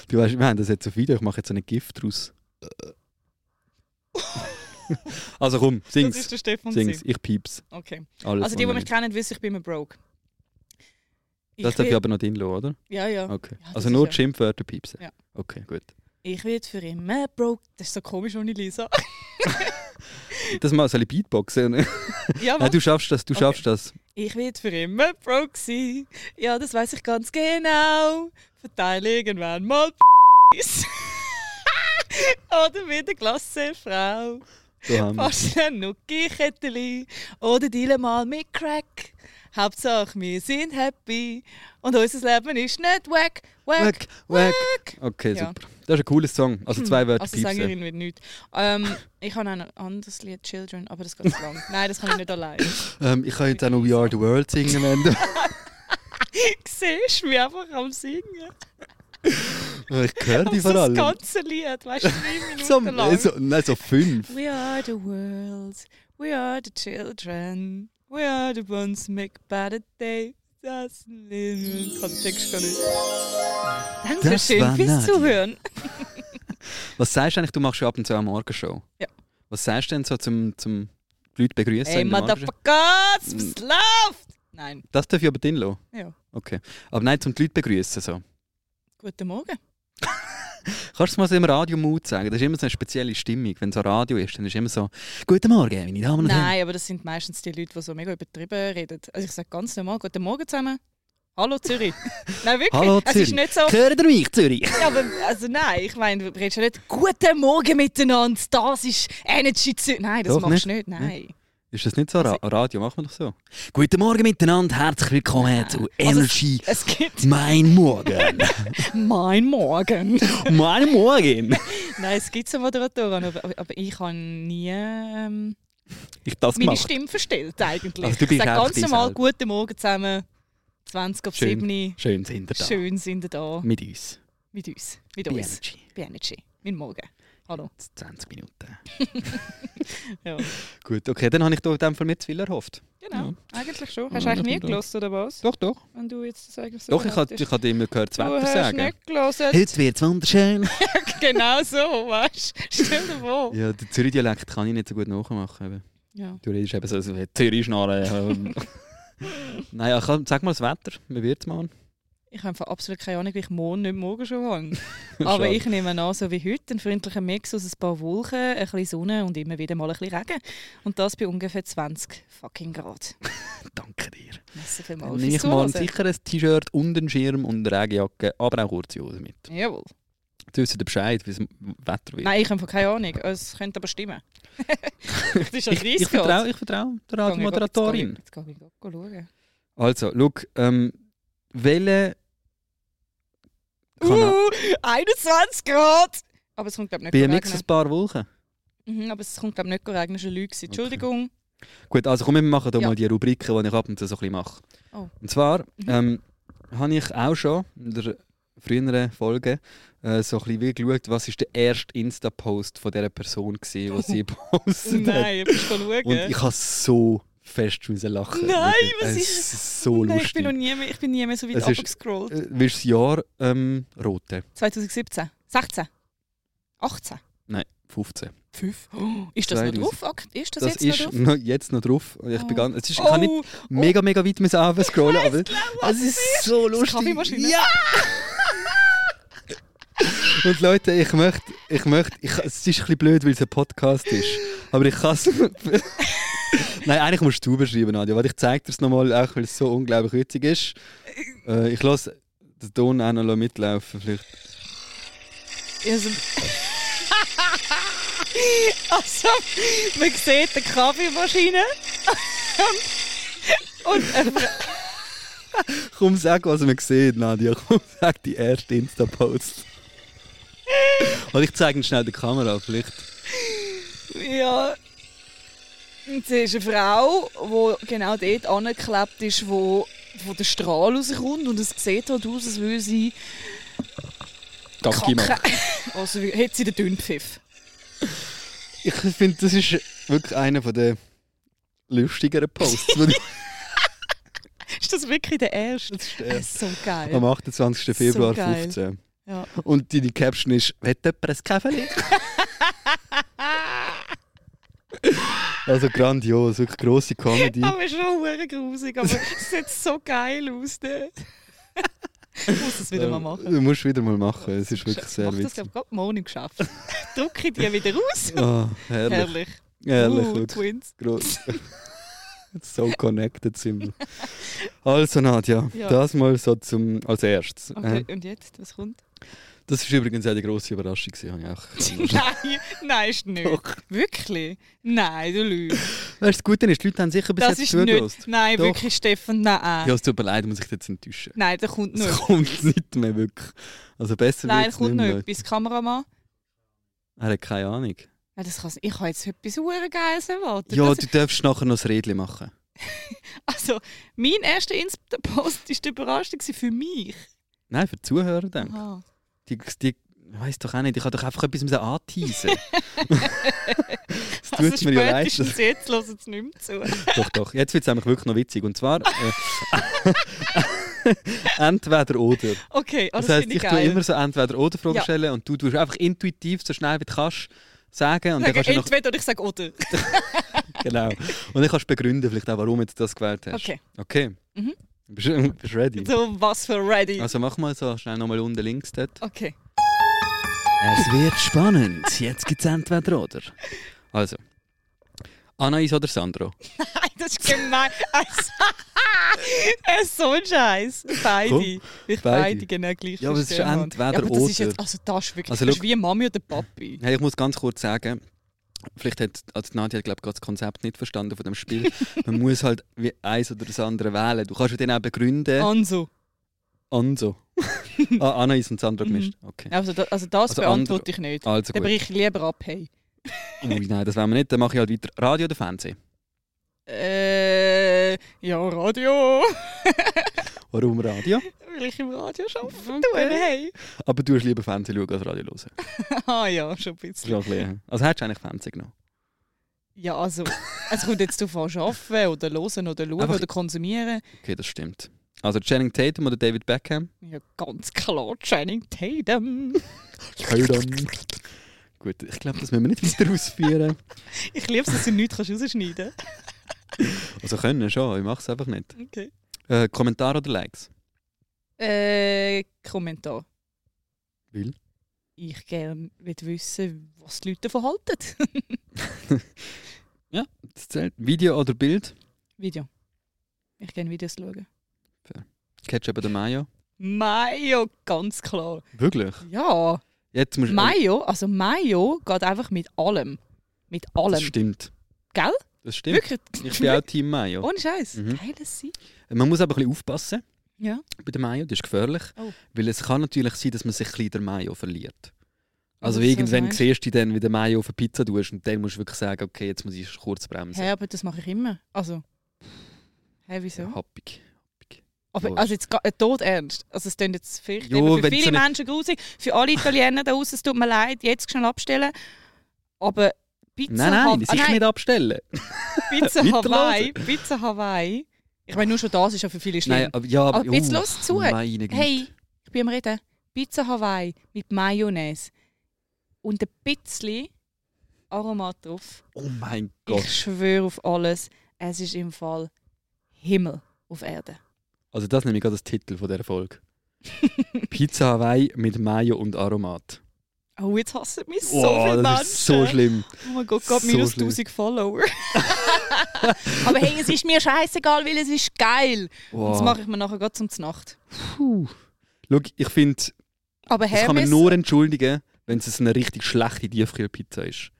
S1: Du weißt, wir haben das jetzt auf Video, ich mache jetzt so einen Gift draus. also komm,
S2: Das ist
S1: sing's.
S2: der Stefan
S1: Sing's,
S2: Sing's.
S1: ich pieps.
S2: Okay.
S1: Alles
S2: Also die, die
S1: was
S2: mich
S1: wir-
S2: kennen, wissen, ich bin immer broke. Ich
S1: Das darf
S2: will-
S1: ich aber noch drin lassen, oder?
S2: Ja, ja.
S1: Okay.
S2: Ja, das
S1: also
S2: ist
S1: nur
S2: ja-
S1: die Schimpfwörter piepsen.
S2: Ja.
S1: Okay, gut.
S2: Ich will für immer broke. Das ist so komisch ohne Lisa.
S1: Das mal soll ich Beatboxen. Nein,
S2: ja, was?
S1: du schaffst das, du
S2: Okay.
S1: schaffst das.
S2: Ich will für immer broke sein. Ja, das weiß ich ganz genau. Verteile irgendwann mal P***s. Oder wieder Klassenfrau.
S1: So haben wir.
S2: Fast ein Nucki-Ketteli. Oder dealen mal mit Crack. Hauptsache, wir sind happy. Und unser Leben ist nicht wack, wack,
S1: Wack, wack.
S2: wack.
S1: Okay,
S2: Ja.
S1: super. Das ist ein cooler Song. Also zwei Wörter
S2: Also
S1: piepsen.
S2: Sängerin wird nichts. Ähm, ich habe auch noch ein anderes Lied, Children, aber das geht zu lang. Nein, das kann ich nicht allein.
S1: Ähm, ich kann jetzt auch noch We Are The World singen. wenn du-
S2: Siehst du mich einfach am Singen?
S1: ich höre
S2: Aber
S1: dich
S2: so
S1: vor
S2: das
S1: allem.
S2: ganze Lied, weißt du, drei Minuten
S1: So,
S2: lang.
S1: so, nein, so fünf.
S2: We are the world, we are the children, we are the ones make better day. Das Leben Kontext gar nicht. Danke
S1: Das
S2: schön
S1: war
S2: fürs
S1: Nadia.
S2: Zuhören.
S1: Was sagst du eigentlich, du machst ja ab und zu eine Morgenshow?
S2: Ja.
S1: Was sagst du denn so zum, zum die Leute begrüßen?
S2: Ey,
S1: in der Morgenshow?
S2: Motherfuckers,
S1: Mm.
S2: was läuft? Nein.
S1: Das darf ich aber drin lassen.
S2: Ja.
S1: Okay. Aber nein, zum die Leute begrüßen so.
S2: Guten Morgen.
S1: Kannst du mal so im Radio Mut sagen? Das ist immer so eine spezielle Stimmung. Wenn so Radio ist, dann ist immer so «Guten Morgen, meine Damen und Herren».
S2: Nein, aber das sind meistens die Leute, die so mega übertrieben reden. Also ich sage ganz normal, guten Morgen zusammen. Hallo Zürich. nein, wirklich.
S1: Hallo,
S2: es
S1: Zürich.
S2: ist nicht so.
S1: Hört ihr mich, Zürich?
S2: Ja, aber, also nein, ich meine, du redest ja nicht «Guten Morgen miteinander, das ist Energy Zürich». Nein, das
S1: Doch,
S2: machst du nicht, nein.
S1: Ist das nicht so? Ra
S2: Also-
S1: Radio macht man doch so. «Guten Morgen miteinander, herzlich willkommen Hm. zu
S2: Also
S1: Energy,
S2: Es gibt
S1: mein Morgen».
S2: «Mein Morgen».
S1: «Mein Morgen».
S2: nein, es gibt so Moderatoren, aber, aber ich habe nie ähm,
S1: Ich das
S2: meine
S1: gemacht.
S2: Stimme verstellt eigentlich.
S1: Also du bist
S2: ich sage
S1: einfach
S2: ganz
S1: dich
S2: normal
S1: selber.
S2: «Guten Morgen zusammen, 20 auf
S1: Schön.
S2: 7
S1: Schön sind ihr da.
S2: Schön sind ihr da
S1: Mit uns.
S2: mit uns, mit
S1: Bei
S2: uns,
S1: Energy.
S2: bei Energy. Mein Morgen. Hallo.
S1: 20 Minuten.
S2: Ja.
S1: Gut, okay, dann habe ich da in dem Fall mir zu viel erhofft.
S2: Genau, eigentlich schon.
S1: Ja,
S2: Hast
S1: das
S2: du eigentlich nie
S1: stimmt auch.
S2: gelesen oder was?
S1: Doch, doch.
S2: Wenn du jetzt das eigentlich so
S1: Doch, ich
S2: behauptest.
S1: hatte, ich hatte immer gehört, das Wetter sagen.
S2: Du hast nicht also gelesen.
S1: Heute wird es wunderschön.
S2: genau so, weißt du? Stell dir vor.
S1: ja, den Zürich-Dialekt kann ich nicht so gut nachmachen. Eben.
S2: Ja.
S1: Du redest eben so, so wie Zürich-Schnarren. Nein, ja, komm, sag mal das Wetter. Wie wird es morgen?
S2: Ich habe einfach absolut keine Ahnung, wie ich morgen nicht morgen schon habe. Aber
S1: Schade.
S2: ich nehme an, so wie heute, einen freundlichen Mix aus ein paar Wolken, ein bisschen Sonne und immer wieder mal ein bisschen Regen. Und das bei ungefähr 20 fucking Grad.
S1: Danke dir.
S2: Merci
S1: Dann
S2: vielmals
S1: nehme ich
S2: fürs
S1: mal ein
S2: Zuhören.
S1: sicheres T-Shirt und einen Schirm und eine Regenjacke, aber auch kurze Hose mit.
S2: Jawohl.
S1: Jetzt wissen ihr Bescheid, wie es Wetter wird.
S2: Nein, ich habe keine Ahnung. Es könnte aber stimmen. das ist ja
S1: ich
S2: 30
S1: ich vertraue ich vertraue der
S2: Grad.
S1: Radiomoderatorin.
S2: Jetzt gehe ich, jetzt gehe ich schauen.
S1: Also, look, ähm, welche Kanal?
S2: Uh, 21 Grad! Aber es kommt, glaube ich, nicht
S1: Bei einem
S2: regnen.
S1: Mix ein paar Wochen.
S2: Mhm, aber es kommt, glaube ich, nicht regnen, schon Leute. gewesen. Entschuldigung.
S1: Gut, also komm, wir machen hier
S2: Ja.
S1: mal die Rubriken, die ich ab und zu so ein bisschen mache.
S2: Oh.
S1: Und zwar
S2: Mhm.
S1: ähm, habe ich auch schon in der früheren Folge äh, so ein bisschen wie geschaut, was ist der erste Insta-Post von dieser Person war, die sie postet hat.
S2: Nein, ich muss schauen.
S1: Und ich habe so fest müssen lachen.
S2: Nein,
S1: Wirklich.
S2: was
S1: es
S2: ist-
S1: ist so
S2: Nein, ich
S1: lustig.
S2: bin noch nie mehr, ich bin nie mehr so weit
S1: Es ist-
S2: abgescrollt.
S1: Äh, Willst du das Jahr ähm, roten?
S2: 2017, 16, 18.
S1: Nein, 15.
S2: Fünf? Oh, ist das noch
S1: 2000.
S2: drauf? Akt- Ist das,
S1: Das,
S2: jetzt
S1: ist
S2: noch drauf?
S1: noch jetzt noch drauf. Ich,
S2: Oh.
S1: begann, es ist, ich kann nicht mega, mega weit müssen scrollen, aber es ist so
S2: Das ist die
S1: lustig.
S2: Kaffeemaschine.
S1: Ja! Und Leute, ich möchte, ich möchte, ich, es ist ein bisschen blöd, weil es ein Podcast ist, aber ich kann es... Nein, eigentlich musst du beschreiben, Nadja, weil ich zeige dir es nochmal, auch weil es so unglaublich witzig ist. Äh, ich lasse den Ton auch noch mitlaufen, vielleicht.
S2: Also, also, man sieht eine Kaffeemaschine und eine Fra-
S1: Komm, sag, was man sieht, Nadia. Komm, sag die erste Insta-Post. Und ich zeige ihn schnell der Kamera, vielleicht.
S2: ja. Und sie ist eine Frau, die genau dort angeklebt ist, wo, wo der Strahl rauskommt und es sieht halt aus, als würde sie
S1: Kacki machen.
S2: kacken. Also wie- hat sie den Dünnpfiff.
S1: Ich finde, das ist wirklich einer von der lustigeren Posts. die du-
S2: Ist das wirklich der erste?
S1: das ist
S2: Das
S1: der
S2: ist so geil.
S1: Am 28. Februar
S2: So geil.
S1: 15.
S2: Ja.
S1: Und deine Caption ist, «Wett jemand ein Käferli?» Also grandios, wirklich grosse Comedy.
S2: Aber es ist schon hure grusig, aber es sieht so geil aus. Ne? ich muss das wieder mal machen.
S1: Äh, Du musst wieder mal machen, es ist wirklich
S2: ich
S1: sehr
S2: mache das
S1: witzig.
S2: glaube ich gerade morgen im Geschäft. Drucke die wieder raus.
S1: Oh, herrlich,
S2: Herrlich.
S1: herrlich.
S2: Uh,
S1: wirklich.
S2: Twins.
S1: Gross. so connected sind wir. Also Nadja,
S2: Ja.
S1: das mal so zum, als erstes.
S2: Okay,
S1: Äh,
S2: und jetzt? Was kommt?
S1: Das war übrigens auch die grosse Überraschung. gewesen, habe Ich auch.
S2: nein, nein, ist nicht.
S1: Doch.
S2: Wirklich? Nein, du lügst.
S1: Weißt du, das Gute ist, die Leute haben sicher bis
S2: Das
S1: jetzt
S2: ist
S1: zugelassen.
S2: nicht. Nein,
S1: Doch.
S2: wirklich, Stefan, nein.
S1: Ja, es tut mir leid, muss ich dich jetzt enttäuschen.
S2: Nein, da kommt
S1: Es
S2: nicht.
S1: kommt nicht mehr wirklich. Also besser wird es
S2: Nein, da
S1: nicht
S2: kommt
S1: mehr.
S2: nicht.
S1: Leute.
S2: Bis Kameramann.
S1: Er hat keine Ahnung.
S2: Nein, das kann's nicht. ich habe jetzt etwas hure Geiles erwartet.
S1: Ja,
S2: Das-
S1: du darfst nachher noch ein Redli machen.
S2: Also, mein erster Insta-Post war die Überraschung für mich.
S1: Nein, für die Zuhörer. Dann.
S2: Aha.
S1: Die, die, ich weiss doch auch nicht, ich kann doch einfach etwas müssen anteasen. Es tut
S2: Also
S1: mir ja leid. dass-
S2: spätestens jetzt hören sie nicht mehr zu.
S1: Doch, doch. Jetzt wird es nämlich wirklich noch witzig. Und zwar. Äh, entweder oder.
S2: Okay, oh, das,
S1: das heisst,
S2: finde
S1: ich
S2: ich
S1: tue
S2: geil.
S1: immer so entweder oder Fragen
S2: Ja.
S1: stellen und du tust einfach intuitiv so schnell wie du kannst sagen. Und dann
S2: Sage
S1: kannst du noch,
S2: entweder oder ich sage oder.
S1: genau. Und dann kannst du begründen, vielleicht auch, warum du das gewählt hast.
S2: Okay,
S1: Okay.
S2: Mhm.
S1: Bist du bist du ready?
S2: so was für ready.
S1: Also mach mal so schnell nochmal unten links dort.
S2: Okay.
S1: Es wird spannend. Jetzt gibt es entweder oder. Also. Anais oder Sandro?
S2: Nein, das ist gemein. Also, es ist so ein Scheiß. Beide.
S1: Komm,
S2: ich beide,
S1: beide.
S2: genau gleich.
S1: Ja, aber es ist
S2: verstehen, Mann.
S1: entweder
S2: ja, aber das ist
S1: oder.
S2: jetzt, Also, das ist wirklich
S1: Also,
S2: das
S1: schau.
S2: ist wie Mami oder Papi.
S1: Hey, ich muss ganz kurz sagen, vielleicht hat also die Nadja glaub, ich, gerade das Konzept nicht verstanden von dem Spiel. Man muss halt wie eins oder das andere wählen. Du kannst ja den auch begründen.
S2: Also,
S1: Anso. ah, Anais und Sandra gemischt. Okay.
S2: also, da, also das
S1: Also
S2: beantworte ich nicht.
S1: Also
S2: Dann
S1: gut.
S2: brich ich lieber ab, hey.
S1: Ui, nein, das wollen wir nicht. Dann mache ich halt weiter. Radio oder Fernsehen?
S2: Äh, ja, Radio.
S1: Warum Radio?
S2: Weil ich im Radio arbeite. Hey.
S1: Aber du hast lieber Fernsehen schauen als Radio hören.
S2: Ah ja, schon ein
S1: Das
S2: bisschen.
S1: ist auch ein bisschen- Also hättest du eigentlich Fernsehen genommen.
S2: Ja, also, es kommt jetzt darauf an, arbeiten oder hören oder schauen
S1: Einfach-
S2: oder konsumieren.
S1: Okay, das stimmt. Also Channing Tatum oder David Beckham?
S2: Ja, ganz klar, Channing Tatum.
S1: Tatum. Gut, ich glaube, das müssen wir nicht weiter ausführen.
S2: Ich liebe es, dass du nichts kannst rausschneiden kannst.
S1: Also können schon, ich mache es einfach nicht.
S2: Okay.
S1: Äh, Kommentar oder Likes?
S2: Äh, Kommentar.
S1: Will?
S2: Ich gerne wissen, was die Leute davon halten.
S1: Das zählt. Video oder Bild?
S2: Video. Ich gerne Videos schauen.
S1: Ketchup oder Mayo?
S2: Mayo, ganz klar.
S1: Wirklich?
S2: Ja.
S1: Jetzt musst
S2: Mayo, also Mayo geht einfach mit allem. Mit
S1: Das
S2: allem.
S1: stimmt.
S2: Gell?
S1: Das stimmt.
S2: Wirklich.
S1: Ich bin auch Team Mayo.
S2: Ohne Scheiß.
S1: Mhm.
S2: Geiles Sein.
S1: Man muss aber ein bisschen aufpassen
S2: Ja.
S1: bei der Mayo, das ist gefährlich.
S2: Oh.
S1: Weil es kann natürlich sein, dass man sich ein bisschen der Mayo verliert. Also
S2: Was
S1: irgendwann
S2: Oh, meinst du?
S1: siehst du dann, wie der Mayo auf eine Pizza tust und dann musst du wirklich sagen, okay, jetzt muss ich kurz bremsen.
S2: Hä, aber das mache ich immer. Also. Hä, wieso?
S1: Ja, happig.
S2: aber
S1: logisch.
S2: also jetzt ga- äh, tot ernst. Also es klingt jetzt vielleicht
S1: Jo,
S2: eben für
S1: wenn
S2: viele
S1: so eine-
S2: Menschen grusig. Für alle Italiener da draußen, es tut mir leid, jetzt schnell abstellen. Aber Pizza Ah,
S1: Nein, nein,
S2: Hawaii.
S1: sicher nicht abstellen.
S2: Pizza
S1: Weiterlaufen.
S2: Hawaii. Pizza Hawaii. Ich meine, nur schon das ist ja für viele schlimm.
S1: Nein, aber, ja, oh
S2: Aber jetzt los zu.
S1: meine Güte.
S2: hey, ich bin am Reden. Pizza Hawaii mit Mayonnaise. Und ein bisschen Aromat drauf.
S1: Oh mein Gott.
S2: Ich schwöre auf alles. Es ist im Fall Himmel auf Erde.
S1: Also das nehme ich gerade als Titel von der Folge. Pizza Hawaii mit Mayo und Aromat.
S2: Oh, jetzt hassen mich so
S1: Wow,
S2: viele
S1: das
S2: Menschen.
S1: ist so schlimm.
S2: Oh mein Gott, gerade
S1: So
S2: minus
S1: schlimm.
S2: 1000 Follower. Aber hey, es ist mir scheißegal, weil es ist geil. Und Das
S1: Wow.
S2: mache ich mir nachher gerade zum Znacht.
S1: Puh. Schau, ich finde,
S2: Aber
S1: das kann man
S2: Hermes,
S1: nur entschuldigen, wenn es eine richtig schlechte Tiefkühlpizza ist.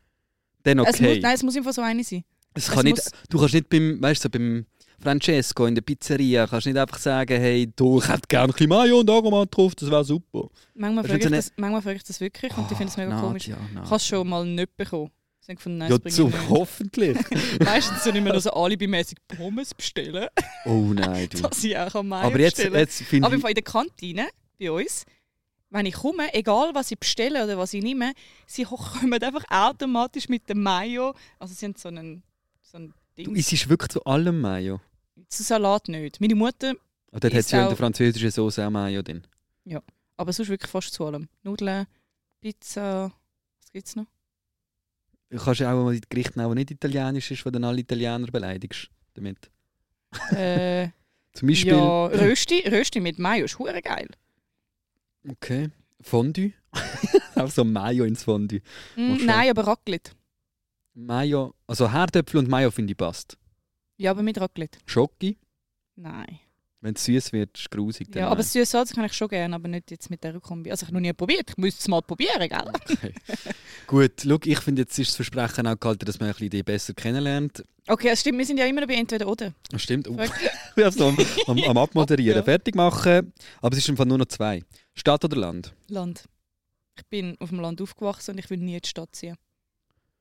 S1: Dann okay.
S2: es muss, nein, es muss einfach so eine sein.
S1: Es
S2: Es
S1: kann nicht,
S2: muss-
S1: du kannst nicht beim, weißt du, so beim Francesco in der Pizzeria kannst nicht einfach sagen, hey, du, ich hätte gerne ein bisschen Mayo und Aromat drauf, das wäre super.
S2: Manchmal
S1: Das
S2: frage,
S1: ist
S2: ich
S1: so
S2: das, manchmal frage ich das wirklich
S1: Ah,
S2: und ich finde es mega
S1: Nadja,
S2: komisch. Ich habe
S1: Nadja.
S2: es schon mal nicht bekommen. Ich denke von, nein,
S1: Ah. Ja,
S2: das bringe ich
S1: zum
S2: nicht.
S1: hoffentlich.
S2: Meistens sind immer nur so alibimäßig Pommes bestellen,
S1: Oh nein, du.
S2: dass ich auch am Mayo
S1: Aber jetzt,
S2: bestelle.
S1: jetzt finde
S2: Aber im
S1: ich,
S2: Fall in der Kantine bei uns, wenn ich komme, egal was ich bestelle oder was ich nehme, sie ho- kommen einfach automatisch mit dem Mayo. Also sie haben so einen, so ein
S1: du,
S2: Ding.
S1: es ist wirklich zu allem Mayo.
S2: Zu Salat nicht. Meine Mutter,
S1: Aber dort hat
S2: Ist
S1: es ja in
S2: auch-
S1: der französischen Soße auch Mayo drin.
S2: aber sonst wirklich fast zu allem. Nudeln, Pizza, was gibt's noch?
S1: Du kannst ja auch mal in die Gerichte nehmen, die nicht italienisch ist, wo dann alle Italiener beleidigst damit.
S2: Äh,
S1: Zum Beispiel,
S2: ja, Rösti, Rösti mit Mayo ist hure geil.
S1: okay, Fondue. auch so Mayo ins Fondue.
S2: Mm,
S1: Machst du
S2: nein, aber Raclette.
S1: Mayo, also Herdöpfel und Mayo finde ich passt.
S2: Ja, aber mit Raclette.
S1: Schoki.
S2: Nein.
S1: Wenn es süß wird, ist es grusig. dann
S2: Ja, aber
S1: nein.
S2: süß Salz kann ich schon gerne, aber nicht jetzt mit dieser Kombi. Also ich habe noch nie probiert. Ich müsste es mal probieren, gell?
S1: Okay. Gut, schau, ich finde, jetzt ist das Versprechen auch gehalten, dass man ein bisschen die besser kennenlernt.
S2: Okay, es stimmt, wir sind ja immer noch bei entweder oder.
S1: Das stimmt. Oh,
S2: Fuck.
S1: ich hab's am, am, am Abmoderieren.
S2: Ja.
S1: Fertig machen. Aber es ist im Fall nur noch zwei. Stadt oder Land?
S2: Land. Ich bin auf dem Land aufgewachsen und ich will nie in die Stadt ziehen.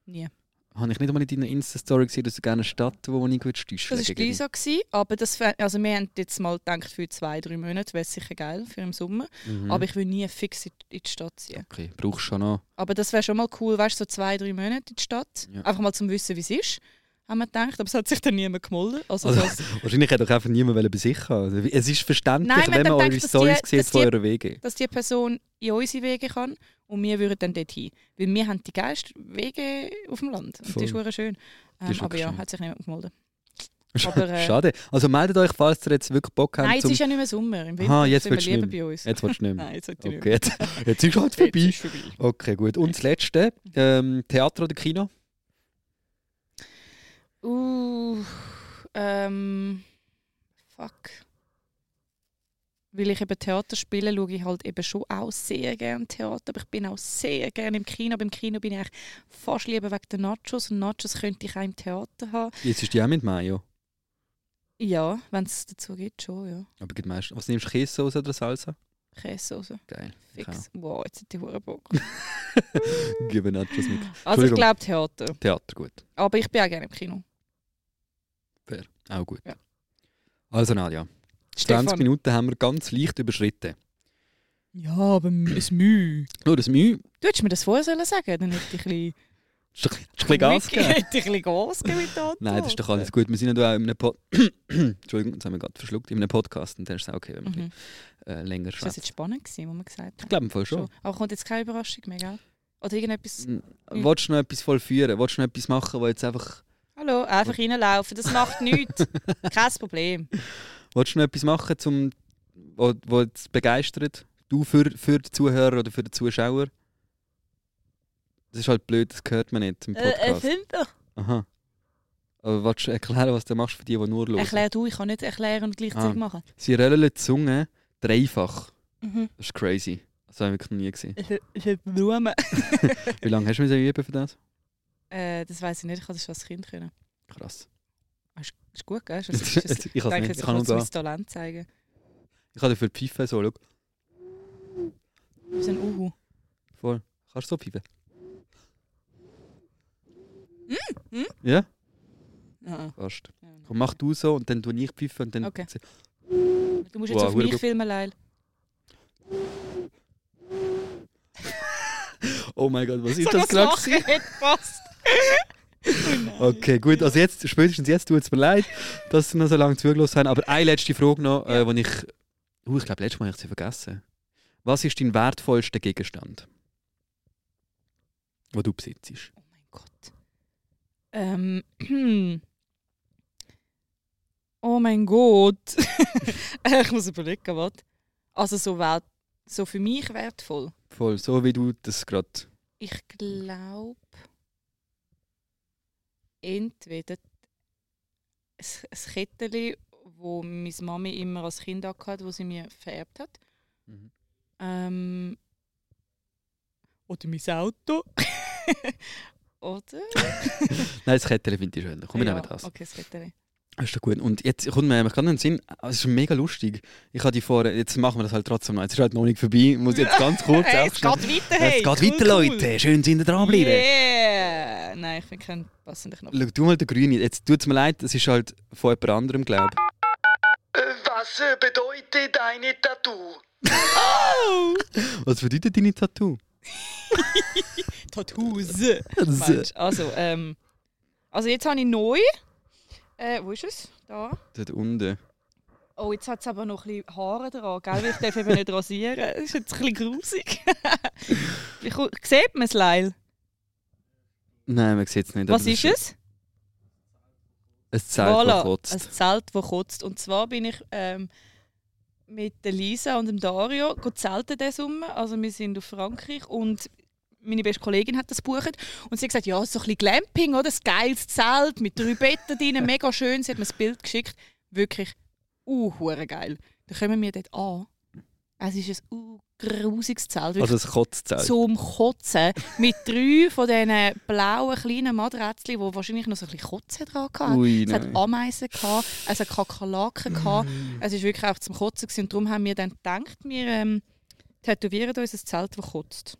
S2: Nie.
S1: Habe ich nicht einmal in deiner Insta-Story gesehen, dass du gerne eine Stadt wo ich gut stüschle.
S2: Das war die so, gewesen, aber das, fä- also wir haben jetzt mal gedacht, für zwei, drei Monate wäre es sicher geil für im Sommer.
S1: Mhm.
S2: Aber ich will nie fix in, in die Stadt ziehen.
S1: okay, brauchst schon noch.
S2: Aber das wäre schon mal cool, weißt du, so zwei, drei Monate in die Stadt.
S1: Ja.
S2: Einfach mal zum Wissen, wie es ist, haben wir gedacht. Aber es hat sich dann niemand gemolden. Also,
S1: Also,
S2: so als-
S1: Wahrscheinlich hätte doch einfach niemand wollen bei sich haben. Also, Es ist verständlich,
S2: Nein, wenn
S1: wenn man
S2: dann
S1: eure
S2: denkt, dass
S1: Stories
S2: die-
S1: sieht
S2: dass die-
S1: von eurer Wege.
S2: dass die Person in unsere Wege kann und wir würden dann dorthin. Weil wir haben die geilsten Wege auf dem Land. Und
S1: Voll.
S2: die ist hure schön. Ähm,
S1: ist
S2: aber
S1: wirklich
S2: ja,
S1: schön.
S2: hat sich niemand gemolden. Aber, äh,
S1: Schade. Also meldet euch, falls ihr jetzt wirklich Bock habt.
S2: Nein, jetzt
S1: zum
S2: ist ja nicht mehr Sommer. Im
S1: Aha,
S2: Winter
S1: jetzt
S2: sind wir
S1: wird's
S2: lieber
S1: schlimm.
S2: bei uns.
S1: Jetzt willst du nicht mehr.
S2: Nein, jetzt sollte ich
S1: Okay, jetzt, jetzt ist halt vorbei.
S2: Jetzt ist vorbei.
S1: Okay, gut. Und das Letzte, ähm, Theater oder Kino?
S2: Uh, ähm, fuck. Weil ich eben Theater spiele, schaue ich halt eben schon auch sehr gerne Theater, aber ich bin auch sehr gerne im Kino. Beim Kino bin ich eigentlich fast lieber wegen den Nachos und Nachos könnte ich auch im Theater haben.
S1: Jetzt ist die auch mit Mayo.
S2: Ja, wenn es dazu geht, schon, ja.
S1: Aber gibt meistens. Was nimmst du, Käsesoße oder Salsa?
S2: Käsesoße,
S1: Geil.
S2: fix.
S1: Ja.
S2: Wow, jetzt hat die Hure Bock.
S1: Gib mir Nachos mit.
S2: Also ich
S1: Entschuldigung.
S2: glaube Theater,
S1: Theater, gut.
S2: aber ich bin auch gerne im Kino.
S1: Auch gut.
S2: Ja.
S1: Also Nadja, 20
S2: Stefan.
S1: Minuten haben wir ganz leicht überschritten.
S2: Ja, aber es müh.
S1: Nur das Mühe.
S2: Du hättest mir das vorher sollen sagen dann hätte ich ein bisschen...
S1: Hast du ein bisschen Gas
S2: Wirklich,
S1: gegeben?
S2: Hätte ich ein bisschen Gas gegeben mit der Antwort.
S1: Nein, das ist doch alles gut. Wir sind ja auch in einem Pod Entschuldigung, das haben wir gerade verschluckt. In einem Podcast. Und dann ist es auch okay, wenn wir ein
S2: Mhm.
S1: bisschen, äh, länger
S2: Ist das
S1: schwätzen.
S2: jetzt spannend gewesen, was wir gesagt
S1: Ich
S2: haben?
S1: glaube im Fall schon.
S2: Schon. Aber kommt jetzt keine Überraschung mehr, gell? Oder irgendetwas...
S1: Mhm. Wolltest du noch etwas vollführen? Wolltest du noch etwas machen, wo jetzt einfach...
S2: Hallo, einfach reinlaufen, das macht nichts. Kein Problem.
S1: Wolltest du noch etwas machen, zum, wo, wo jetzt begeistert? Du für, für die Zuhörer oder für den Zuschauer? Das ist halt blöd, das hört man nicht im
S2: Äh,
S1: Podcast.
S2: Fünfer.
S1: Aha. Aber willst du erklären, was du machst für die, die nur hören?
S2: Erklär du, ich kann nicht erklären und gleichzeitig
S1: Ah.
S2: machen.
S1: Sie rollen die Zunge dreifach.
S2: Mhm.
S1: Das ist crazy. Also, Das habe ich wirklich noch nie gesehen.
S2: Blumen.
S1: Wie lange hast du müssen üben für das?
S2: äh, das weiß ich nicht, ich kann das schon als Kind können.
S1: Krass.
S2: Ist gut, gell? Ist
S1: ich
S2: das, ist das,
S1: kann
S2: denke,
S1: es nicht.
S2: jetzt
S1: Ich kann,
S2: kannst du
S1: nur da.
S2: mein Talent zeigen.
S1: ich kann dafür pfeifen. So, schau.
S2: Wir sind Uhu.
S1: Voll. Kannst du so pfeifen? Ja,
S2: Ah,
S1: fast.
S2: Mm, ja.
S1: Komm, mach du so und dann tue ich pfeifen und dann...
S2: Okay. Du musst jetzt
S1: Wow,
S2: auf
S1: hure
S2: mich
S1: gut.
S2: filmen, Leil.
S1: Oh mein Gott, was ist
S2: So,
S1: das gerade? gewesen?
S2: Lachen hat passt.
S1: Okay, gut. Also jetzt, spätestens jetzt tut es mir leid, dass sie noch so lange zugelassen haben. Aber eine letzte Frage noch, äh, die ich. Uh, ich glaube, letztes Mal habe ich sie vergessen. Was ist dein wertvollster Gegenstand? Wo du besitzt?
S2: Oh mein Gott. Ähm. Oh mein Gott. ich muss überlegen, was. Also so, wert, so für mich wertvoll.
S1: Voll, so wie du das gerade.
S2: Ich glaube, entweder ein ein Kettchen, wo meine Mami immer als Kind hatte, wo sie mir vererbt hat.
S1: Mhm.
S2: Ähm, oder mein Auto. oder?
S1: Nein, das Kettchen finde ich schön. Komm, wir nehmen das.
S2: Okay, das Kettchen.
S1: Das ist doch gut. Und jetzt kommt mir nämlich gerade in den Sinn, ah, es ist mega lustig. Ich hatte die vor, jetzt machen wir das halt trotzdem noch. Jetzt ist halt noch nicht vorbei, muss jetzt ganz kurz
S2: Hey,
S1: hey,
S2: es geht weiter,
S1: Es
S2: hey.
S1: geht weiter, Leute. Schön sind ihr dranbleiben.
S2: Yeah. Nein, ich finde keinen passenden Knopf.
S1: Schau, du mal den Grünen. Jetzt tut es mir leid, es ist halt von jemand anderem, glaube ich.
S4: Was bedeutet eine Tattoo?
S1: Was bedeutet deine Tattoo?
S2: Tattoos. Mensch, also, ähm, also jetzt habe ich neu. Äh, wo ist es? Da.
S1: Dort unten.
S2: Oh, jetzt hat es aber noch ein bisschen Haare dran, gell? Weil ich darf eben nicht rasieren. Das ist jetzt ein bisschen grusig. Wie ko- Sieht man es, Lyle?
S1: Nein, man sieht es nicht.
S2: Was
S1: aber
S2: ist es?
S1: Ein Zelt, das
S2: Ein
S1: kotzt.
S2: Zelt, das kotzt. Und zwar bin ich ähm, mit der Lisa und dem Dario go zelten diesen Sommer. Also wir sind auf Frankreich und meine beste Kollegin hat das gebucht und sie hat gesagt, ja, so ein bisschen Glamping, oder? Ein geiles Zelt mit drei Betten drin, mega schön. Sie hat mir das Bild geschickt. Wirklich, uh, hure geil. Da kommen wir dort an. Es ist ein uh, grusiges Zelt. wirklich
S1: Also ein Kotzzelt.
S2: zum Kotzen. Mit drei von diesen blauen kleinen Maträtzchen, die wahrscheinlich noch so ein bisschen Kotzen dran hatten.
S1: Ui,
S2: Es
S1: nein. Mhm.
S2: hat Ameisen, gehabt, es hat Kakerlaken. Gehabt. Es war wirklich auch zum Kotzen. Gewesen. Und darum haben wir dann gedacht, wir ähm, tätowieren uns ein Zelt, das kotzt.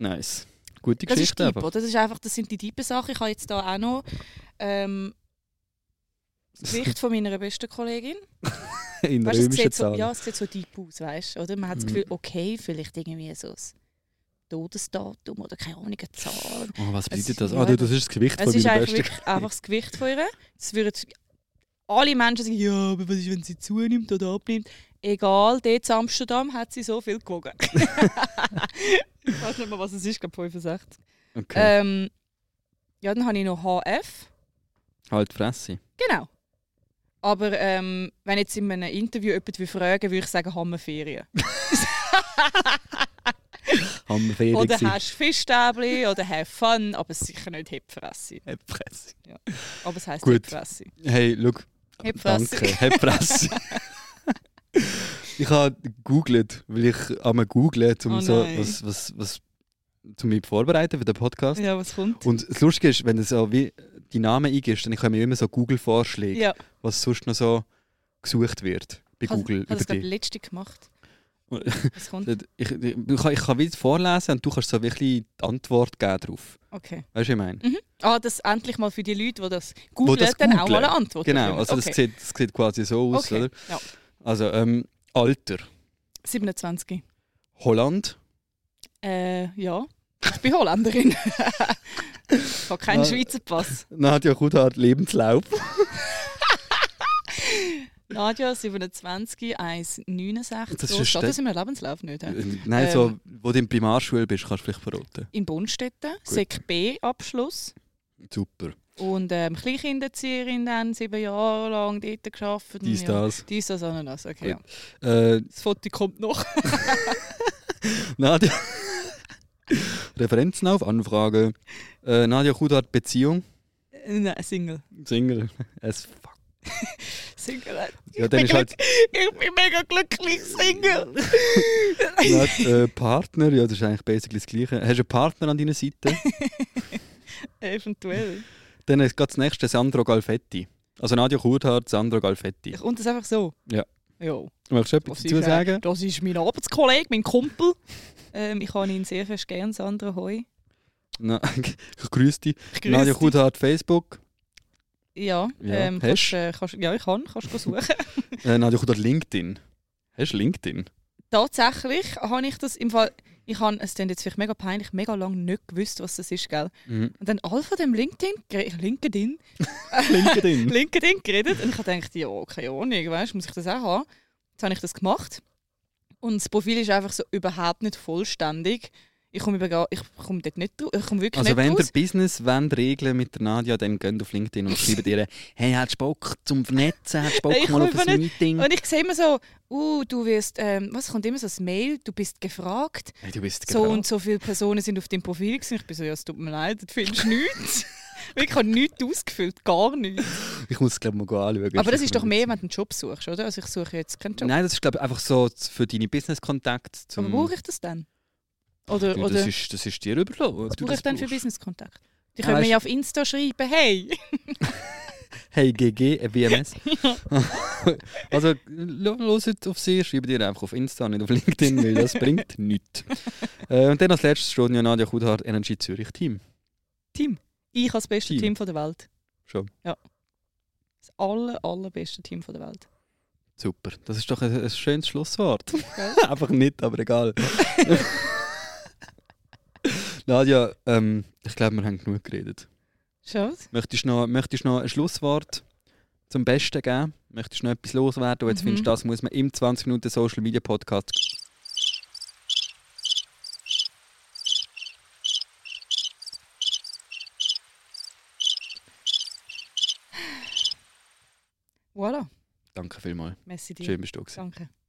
S1: Nice. Gute
S2: Das ist
S1: Geschichte
S2: deep,
S1: einfach.
S2: oder? Das, ist einfach, das sind die tiefen Sachen. Ich habe jetzt hier auch noch ähm, das Gewicht von meiner besten Kollegin.
S1: In
S2: Weißt, du, es,
S1: römischen
S2: sieht so,
S1: Zahlen.
S2: ja, es sieht so deep aus, weißt du? oder? Man hat das
S1: Mhm.
S2: Gefühl, okay, vielleicht irgendwie so ein Todesdatum oder keine Ahnung, eine Zahl.
S1: Oh, was bedeutet
S2: ist-
S1: das?
S2: ja,
S1: Ah, du,
S2: eben.
S1: das ist das Gewicht
S2: Es
S1: von
S2: ist
S1: deinem
S2: eigentlich
S1: besten.
S2: wirklich einfach das Gewicht von ihr. Es würden alle Menschen sagen, ja, aber was ist, wenn sie zunimmt oder abnimmt? Egal, dort in Amsterdam hat sie so viel gewogen. ich weiß nicht mehr, was es ist, ich glaube 65.
S1: Okay.
S2: Ähm, ja, dann habe ich noch HF.
S1: Halt die Fresse.
S2: Genau. Aber ähm, wenn jetzt in einem Interview jemand will fragen würde, würde ich sagen, haben wir Ferien.
S1: Haben wir Ferien
S2: Oder
S1: gewesen.
S2: hast du Fischstäbli oder have fun, aber sicher nicht Hepfresse.
S1: Hey, Fresse.
S2: Aber es heisst
S1: Gut.
S2: Hepfresse.
S1: Hey, look.
S2: Hepfresse.
S1: Danke. Hey, Fresse. ich habe gegoogelt, weil ich einmal google, um
S2: Oh
S1: so
S2: nein.
S1: was, was, was zum mich vorbereiten für den Podcast.
S2: Ja, was kommt?
S1: Und das Lustige ist, wenn du so wie die Namen eingibst, dann kommen ja immer so Google-Vorschläge,
S2: Ja,
S1: was sonst noch so gesucht wird bei
S2: ich habe
S1: Google
S2: das
S1: über
S2: gerade
S1: dich.
S2: letzte gemacht.
S1: Und-
S2: Was kommt?
S1: Ich, ich, ich kann, ich kann wieder vorlesen und du kannst so wirklich die Antwort geben drauf.
S2: Okay.
S1: Weißt du, was ich meine?
S2: Ah, das endlich mal für die Leute, die das googeln,
S1: das
S2: dann auch
S1: googlen.
S2: mal eine Antwort
S1: Genau,
S2: bekommen.
S1: also das,
S2: okay.
S1: sieht, das sieht quasi so aus,
S2: okay.
S1: oder?
S2: Ja.
S1: Also, ähm, Alter,
S2: 27.
S1: Holland.
S2: Äh, ja. Ich bin Holländerin. ich habe keinen
S1: Nein.
S2: Schweizer Pass.
S1: Nadja Kudhart, Lebenslauf.
S2: Nadja, 27, 1,69.
S1: Das ist
S2: so
S1: ein
S2: steht
S1: Ste-
S2: das in meinem Lebenslauf nicht. hä?
S1: Äh, Nein,
S2: Ähm.
S1: so, wo du in der Primarschule bist, kannst du vielleicht verraten.
S2: In Bonstetten, Sek B-Abschluss.
S1: Super.
S2: Und ähm, Kleinkinderzieherin dann, sieben Jahre lang dort gearbeitet.
S1: Dies,
S2: ja.
S1: das.
S2: Dies, das, Ananas. Okay, ja.
S1: Äh,
S2: Das Foto kommt noch.
S1: Nadja. Referenzen auf Anfrage. Äh, Nadja Kudart, Beziehung.
S2: Nein, Single.
S1: Single. Es fuck.
S2: Single.
S1: Ja, dann ist halt
S2: Ich bin mega glücklich Single.
S1: Nad, äh, Partner. Ja, das ist eigentlich basically das Gleiche. Hast du einen Partner an deiner Seite?
S2: Eventuell.
S1: Dann ist gerade das nächste Sandro Galfetti. Also Nadja Kudart, Sandro Galfetti.
S2: Ich und das einfach so.
S1: Ja.
S2: Ja.
S1: Möchtest du etwas
S2: Was
S1: dazu
S2: ist,
S1: sagen?
S2: äh, das ist mein Arbeitskollege, mein Kumpel. Ähm, ich habe ihn sehr fest gern, Sandra Heu.
S1: Na, ich grüße dich.
S2: Ich grüße
S1: Nadja
S2: dich.
S1: Kudart, Facebook.
S2: Ja,
S1: Ja,
S2: ähm,
S1: hast
S2: kannst, äh, kannst, ja, ich kann. Kannst du suchen.
S1: Äh, Nadja Kudart, LinkedIn. Hast du LinkedIn?
S2: Tatsächlich habe ich das im Fall. Ich habe es dann jetzt vielleicht mega peinlich, mega lange nicht gewusst, was das ist, gell?
S1: Mhm.
S2: Und dann all von dem LinkedIn, gere- LinkedIn,
S1: LinkedIn.
S2: LinkedIn geredet und ich habe gedacht, ja, keine Ahnung, weißt, muss ich das auch haben? Jetzt habe ich das gemacht und das Profil ist einfach so überhaupt nicht vollständig. Ich komme überga- ich komme dort nicht drauf. Ich komme wirklich
S1: Also wenn
S2: nicht
S1: ihr
S2: draus.
S1: Business wollt, regeln mit der Nadia, dann geht auf LinkedIn und schreibt ihr «Hey, hast du Bock zum Vernetzen? Hast du
S2: Nein,
S1: Bock
S2: ich
S1: mal
S2: komme
S1: auf ein
S2: eben
S1: Meeting?»
S2: Und ich sehe immer so, uh, du wirst, ähm, was kommt immer so das Mail, du bist gefragt,
S1: hey, du bist
S2: so
S1: genau-
S2: und so viele Personen sind auf dem Profil gewesen. Ich bin so, ja, es tut mir leid, du findest nichts. Wirklich, ich habe nichts ausgefüllt, gar nichts.
S1: Ich muss es glaube ich mal go anschauen.
S2: Aber das ist doch mehr, wenn du einen Job suchst, oder? Also ich suche jetzt keinen Job.
S1: Nein, das ist glaube ich einfach so z- für deine Business-Kontakte. zum-
S2: Aber brauche ich das dann? Oder,
S1: Du,
S2: oder
S1: das, ist, das ist dir überlassen. ob
S2: was
S1: du
S2: brauche
S1: das
S2: ich dann für
S1: brauchst.
S2: Business-Kontakt? Die
S1: Ja,
S2: können mir
S1: weißt-
S2: ja auf Insta schreiben, hey!
S1: Hey GG, äh, WMS. also lo- loset auf sie, schreibt ihr einfach auf Insta, nicht auf LinkedIn, weil das bringt nichts. Äh, und dann als letztes schon ja Nadia Kudhart, Energy Zürich Team.
S2: Team. Ich als beste
S1: Team.
S2: Team, von der Welt.
S1: Schon.
S2: Ja. Das aller, allerbeste Team von der Welt.
S1: Super, das ist doch ein, ein schönes Schlusswort.
S2: Gell?
S1: einfach nicht, aber egal. Nadia, ähm, ich glaube, wir haben genug geredet.
S2: Schon?
S1: Möchtest du noch, möchtest du noch ein Schlusswort zum Besten geben? Möchtest du noch etwas loswerden, wo jetzt
S2: Mhm.
S1: findest, das muss man im 20 Minuten Social Media Podcast
S2: Voilà.
S1: Danke vielmals.
S2: Merci dir.
S1: Schön bist du. gewesen.
S2: Danke.